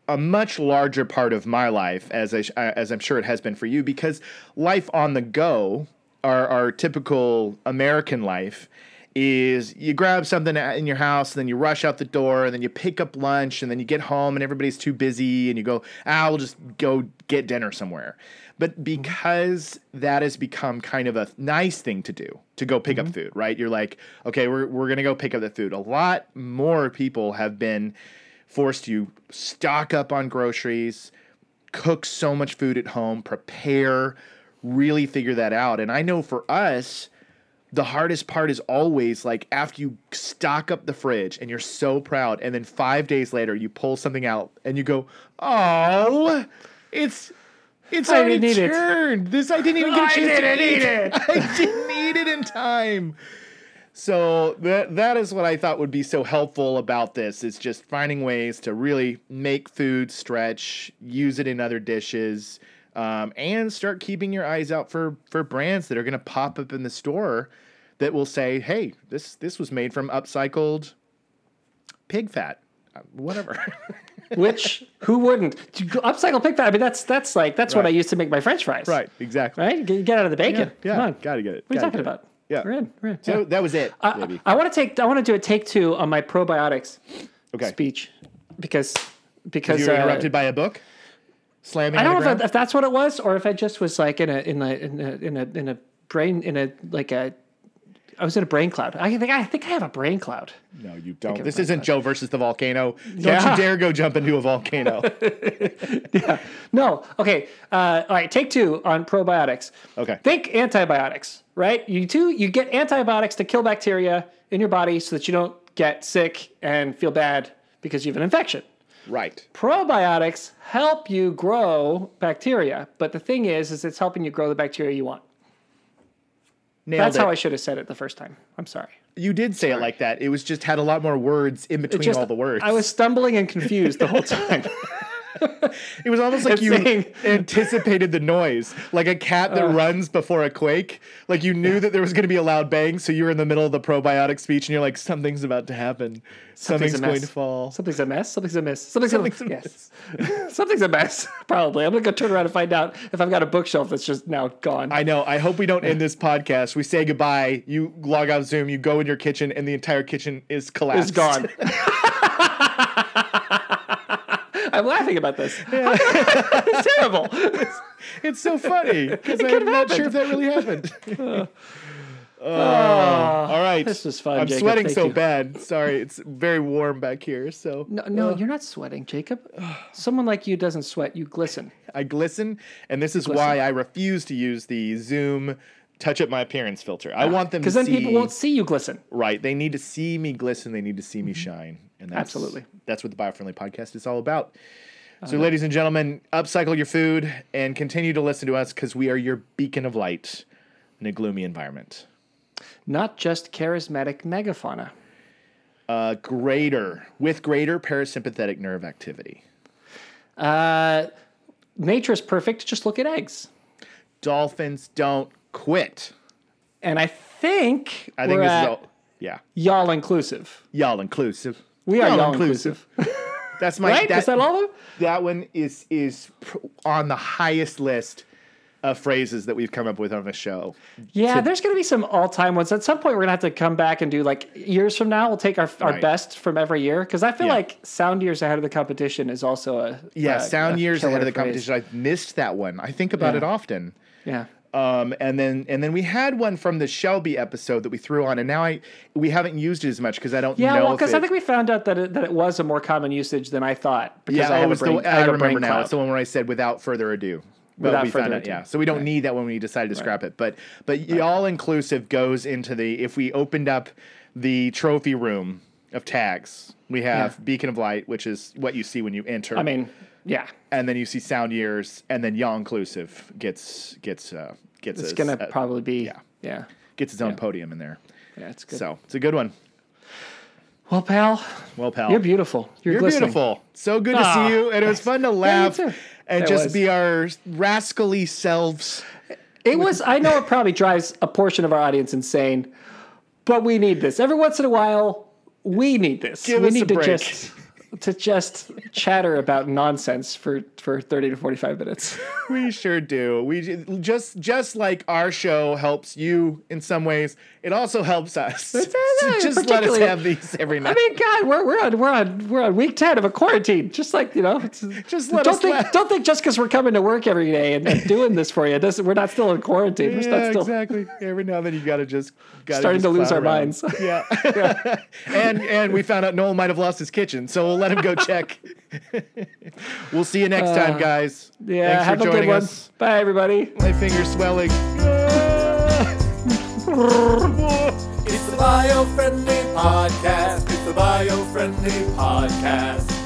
[SPEAKER 3] a much larger part of my life as I, uh, as I'm sure it has been for you because life on the go, our our typical American life is you grab something in your house and then you rush out the door and then you pick up lunch and then you get home and everybody's too busy and you go, "Ah, we'll just go get dinner somewhere." But because that has become kind of a nice thing to do, to go pick up food, right? You're like, okay, we're, we're going to go pick up the food. A lot more people have been forced to stock up on groceries, cook so much food at home, prepare, really figure that out. And I know for us, the hardest part is always like after you stock up the fridge and you're so proud, and then five days later you pull something out and you go, "Oh, it's it's
[SPEAKER 2] I
[SPEAKER 3] already
[SPEAKER 2] didn't eat it."
[SPEAKER 3] turned. This I didn't even get a
[SPEAKER 2] I
[SPEAKER 3] chance
[SPEAKER 2] didn't
[SPEAKER 3] to eat
[SPEAKER 2] eat
[SPEAKER 3] *laughs*
[SPEAKER 2] it."
[SPEAKER 3] I didn't eat it in time." So that that is what I thought would be so helpful about this is just finding ways to really make food stretch, use it in other dishes, um, and start keeping your eyes out for for brands that are going to pop up in the store that will say, "Hey, this this was made from upcycled pig fat, Uh, whatever." *laughs*
[SPEAKER 2] Which who wouldn't To go- upcycle pick that? I mean, that's that's like that's what I
[SPEAKER 3] Right.
[SPEAKER 2] used to make my French fries.
[SPEAKER 3] exactly.
[SPEAKER 2] Right. Get, get out of the bacon.
[SPEAKER 3] Yeah,
[SPEAKER 2] Come on.
[SPEAKER 3] gotta get it.
[SPEAKER 2] What are
[SPEAKER 3] gotta
[SPEAKER 2] you talking
[SPEAKER 3] get it.
[SPEAKER 2] about? Uh,
[SPEAKER 3] Yeah.
[SPEAKER 2] We're in. We're in.
[SPEAKER 3] So
[SPEAKER 2] Yeah.
[SPEAKER 3] that was it,
[SPEAKER 2] I-
[SPEAKER 3] baby.
[SPEAKER 2] I, want to take. I want to do a take two on my probiotics
[SPEAKER 3] Okay.
[SPEAKER 2] speech because because
[SPEAKER 3] You were
[SPEAKER 2] uh,
[SPEAKER 3] interrupted by a book, slamming.
[SPEAKER 2] I
[SPEAKER 3] on
[SPEAKER 2] don't
[SPEAKER 3] the
[SPEAKER 2] know if,
[SPEAKER 3] ground?
[SPEAKER 2] that- if that's what it was or if I just was like in a in a in a in a, in a brain in a like a. I was in a brain cloud. I think I think I have a brain cloud.
[SPEAKER 3] No, you don't.
[SPEAKER 2] it
[SPEAKER 3] This
[SPEAKER 2] might
[SPEAKER 3] isn't Joe versus the volcano. Don't
[SPEAKER 2] Yeah.
[SPEAKER 3] you dare go jump into a
[SPEAKER 2] *laughs*
[SPEAKER 3] volcano.
[SPEAKER 2] No. Okay. Uh, all right. Take two on probiotics.
[SPEAKER 3] Okay.
[SPEAKER 2] Think antibiotics, right? You two, you get antibiotics to kill bacteria in your body so that you don't get sick and feel bad because you have an infection.
[SPEAKER 3] right.
[SPEAKER 2] Probiotics help you grow bacteria, but the thing is, is it's helping you grow the bacteria you want.
[SPEAKER 3] Nailed
[SPEAKER 2] That's
[SPEAKER 3] it.
[SPEAKER 2] how I should have said it the first time. I'm sorry.
[SPEAKER 3] you did say it like that. It was just had a lot more words in between
[SPEAKER 2] Just-
[SPEAKER 3] all the words.
[SPEAKER 2] I was stumbling and confused
[SPEAKER 3] *laughs*
[SPEAKER 2] the whole time.
[SPEAKER 3] it was almost
[SPEAKER 2] *laughs*
[SPEAKER 3] like
[SPEAKER 2] it's
[SPEAKER 3] you
[SPEAKER 2] saying-
[SPEAKER 3] *laughs* anticipated the noise, like a cat that runs before a quake. Like you knew that there was going to be a loud bang, so you were in the middle of the probiotic speech, and you're like, something's about to happen. Something's,
[SPEAKER 2] a
[SPEAKER 3] going
[SPEAKER 2] mess.
[SPEAKER 3] to fall.
[SPEAKER 2] Something's a mess. Something's a mess. Something's, something's
[SPEAKER 3] Something's a
[SPEAKER 2] Yes. *laughs* Something's a mess, probably. I'm going to go turn around and find out if I've got a bookshelf that's just now gone.
[SPEAKER 3] I know. I hope we don't end this podcast. We say goodbye. You log out of Zoom. You go in your kitchen, and the entire kitchen is collapsed.
[SPEAKER 2] it's gone. *laughs* I'm laughing about this. *laughs* it's terrible.
[SPEAKER 3] *laughs* It's so funny because I'm
[SPEAKER 2] could've
[SPEAKER 3] not sure
[SPEAKER 2] happened.
[SPEAKER 3] if that really
[SPEAKER 2] *laughs*
[SPEAKER 3] happened. *laughs* Uh,
[SPEAKER 2] Oh,
[SPEAKER 3] All right,
[SPEAKER 2] This was fun,
[SPEAKER 3] I'm
[SPEAKER 2] Jacob.
[SPEAKER 3] sweating
[SPEAKER 2] Thank
[SPEAKER 3] so
[SPEAKER 2] you.
[SPEAKER 3] bad. Sorry, it's very warm back here, so
[SPEAKER 2] no, no, you're not sweating, Jacob. *sighs* Someone like you doesn't sweat. You glisten.
[SPEAKER 3] I glisten, and this is
[SPEAKER 2] Glisten.
[SPEAKER 3] why I refuse to use the Zoom touch up my appearance filter. I want them
[SPEAKER 2] Because
[SPEAKER 3] to
[SPEAKER 2] Ah, then
[SPEAKER 3] see,
[SPEAKER 2] people won't see you glisten.
[SPEAKER 3] right. They need to see me glisten. They need to see me shine, and that's,
[SPEAKER 2] Mm-hmm. Absolutely.
[SPEAKER 3] that's what the biofriendly podcast is all about. So, ladies and gentlemen, upcycle your food and continue to listen to us because we are your beacon of light in a gloomy environment.
[SPEAKER 2] Not just charismatic megafauna.
[SPEAKER 3] uh, greater with greater parasympathetic nerve activity.
[SPEAKER 2] Uh, nature's perfect. Just look at eggs.
[SPEAKER 3] Dolphins don't quit.
[SPEAKER 2] And I think
[SPEAKER 3] I think
[SPEAKER 2] we're
[SPEAKER 3] this
[SPEAKER 2] at
[SPEAKER 3] is all. Yeah,
[SPEAKER 2] y'all inclusive.
[SPEAKER 3] y'all inclusive.
[SPEAKER 2] We are y'all, inclusive,
[SPEAKER 3] That's my.
[SPEAKER 2] right?
[SPEAKER 3] that-
[SPEAKER 2] Is that all of them?
[SPEAKER 3] that one is is pr- on the highest list of phrases that we've come up with on the show.
[SPEAKER 2] Yeah, there's going to be some all-time ones. At some point, we're going to have to come back and do like years from now. We'll take our, our
[SPEAKER 3] Right.
[SPEAKER 2] best from every year because I feel
[SPEAKER 3] Yeah.
[SPEAKER 2] like sound years ahead of the competition is also a
[SPEAKER 3] Yeah,
[SPEAKER 2] a-
[SPEAKER 3] sound
[SPEAKER 2] a
[SPEAKER 3] years ahead
[SPEAKER 2] killer
[SPEAKER 3] of the
[SPEAKER 2] phrase.
[SPEAKER 3] competition. I've missed that one. I think about
[SPEAKER 2] Yeah.
[SPEAKER 3] it often.
[SPEAKER 2] Yeah,
[SPEAKER 3] Um, and then and then we had one from the Shelby episode that we threw on, and now I we haven't used it as much because I don't
[SPEAKER 2] yeah.
[SPEAKER 3] know.
[SPEAKER 2] well,
[SPEAKER 3] if
[SPEAKER 2] because I
[SPEAKER 3] it-
[SPEAKER 2] think we found out that it, that it was a more common usage than I thought. Because
[SPEAKER 3] yeah, oh,
[SPEAKER 2] I
[SPEAKER 3] it
[SPEAKER 2] have a
[SPEAKER 3] was
[SPEAKER 2] brain,
[SPEAKER 3] the,
[SPEAKER 2] I have a brain
[SPEAKER 3] remember now.
[SPEAKER 2] cloud.
[SPEAKER 3] It's the one where I said without further ado. But
[SPEAKER 2] Without
[SPEAKER 3] we found
[SPEAKER 2] further
[SPEAKER 3] out,
[SPEAKER 2] ado.
[SPEAKER 3] yeah. So we don't need that when we decided to scrap it. But but all inclusive goes into the if we opened up the trophy room of tags, we have beacon of light, which is what you see when you enter.
[SPEAKER 2] I mean, yeah,
[SPEAKER 3] and then you see sound years, and then y'all inclusive gets gets uh, gets
[SPEAKER 2] it's
[SPEAKER 3] a-
[SPEAKER 2] going to
[SPEAKER 3] a-
[SPEAKER 2] probably be yeah.
[SPEAKER 3] yeah.
[SPEAKER 2] yeah,
[SPEAKER 3] gets its own podium in there.
[SPEAKER 2] It's good.
[SPEAKER 3] So it's a good one.
[SPEAKER 2] Well, pal,
[SPEAKER 3] Well, pal,
[SPEAKER 2] you're beautiful. You're,
[SPEAKER 3] You're
[SPEAKER 2] glistening.
[SPEAKER 3] beautiful. So good to
[SPEAKER 2] Aw,
[SPEAKER 3] see you, and it was fun to laugh
[SPEAKER 2] too.
[SPEAKER 3] and
[SPEAKER 2] It
[SPEAKER 3] just
[SPEAKER 2] was.
[SPEAKER 3] be our rascally selves.
[SPEAKER 2] It was. I know it probably drives a portion of our audience insane, but we need this every once in a while. We need this.
[SPEAKER 3] Give
[SPEAKER 2] we
[SPEAKER 3] us a
[SPEAKER 2] need to
[SPEAKER 3] break.
[SPEAKER 2] just to just chatter about nonsense for for thirty to forty
[SPEAKER 3] *laughs*
[SPEAKER 2] five minutes.
[SPEAKER 3] We sure do. We j- just just like our show helps you in some ways, it also helps us. So just let us
[SPEAKER 2] particularly-
[SPEAKER 3] have these every
[SPEAKER 2] I
[SPEAKER 3] night.
[SPEAKER 2] mean, God, we're we're on we're on we're on week ten of a quarantine. Just like you know, it's-
[SPEAKER 3] Just let
[SPEAKER 2] don't
[SPEAKER 3] us
[SPEAKER 2] think
[SPEAKER 3] laugh.
[SPEAKER 2] don't think just because we're coming to work every day and, and doing this for you it doesn't. We're not still in quarantine. We're
[SPEAKER 3] yeah,
[SPEAKER 2] not still.
[SPEAKER 3] exactly. Every now and then you gotta just gotta
[SPEAKER 2] Starting
[SPEAKER 3] just
[SPEAKER 2] to lose
[SPEAKER 3] clown
[SPEAKER 2] our
[SPEAKER 3] around.
[SPEAKER 2] minds.
[SPEAKER 3] Yeah.
[SPEAKER 2] *laughs*
[SPEAKER 3] *laughs* and and we found out Noel might have lost his kitchen, so we'll let him go check. *laughs* we'll see you next time, guys.
[SPEAKER 2] Uh, Yeah,
[SPEAKER 3] Thanks
[SPEAKER 2] have
[SPEAKER 3] for
[SPEAKER 2] a
[SPEAKER 3] joining
[SPEAKER 2] good one.
[SPEAKER 3] us.
[SPEAKER 2] Bye, everybody.
[SPEAKER 3] My finger's
[SPEAKER 2] *laughs*
[SPEAKER 3] swelling.
[SPEAKER 1] It's the bio friendly podcast. It's the bio friendly podcast.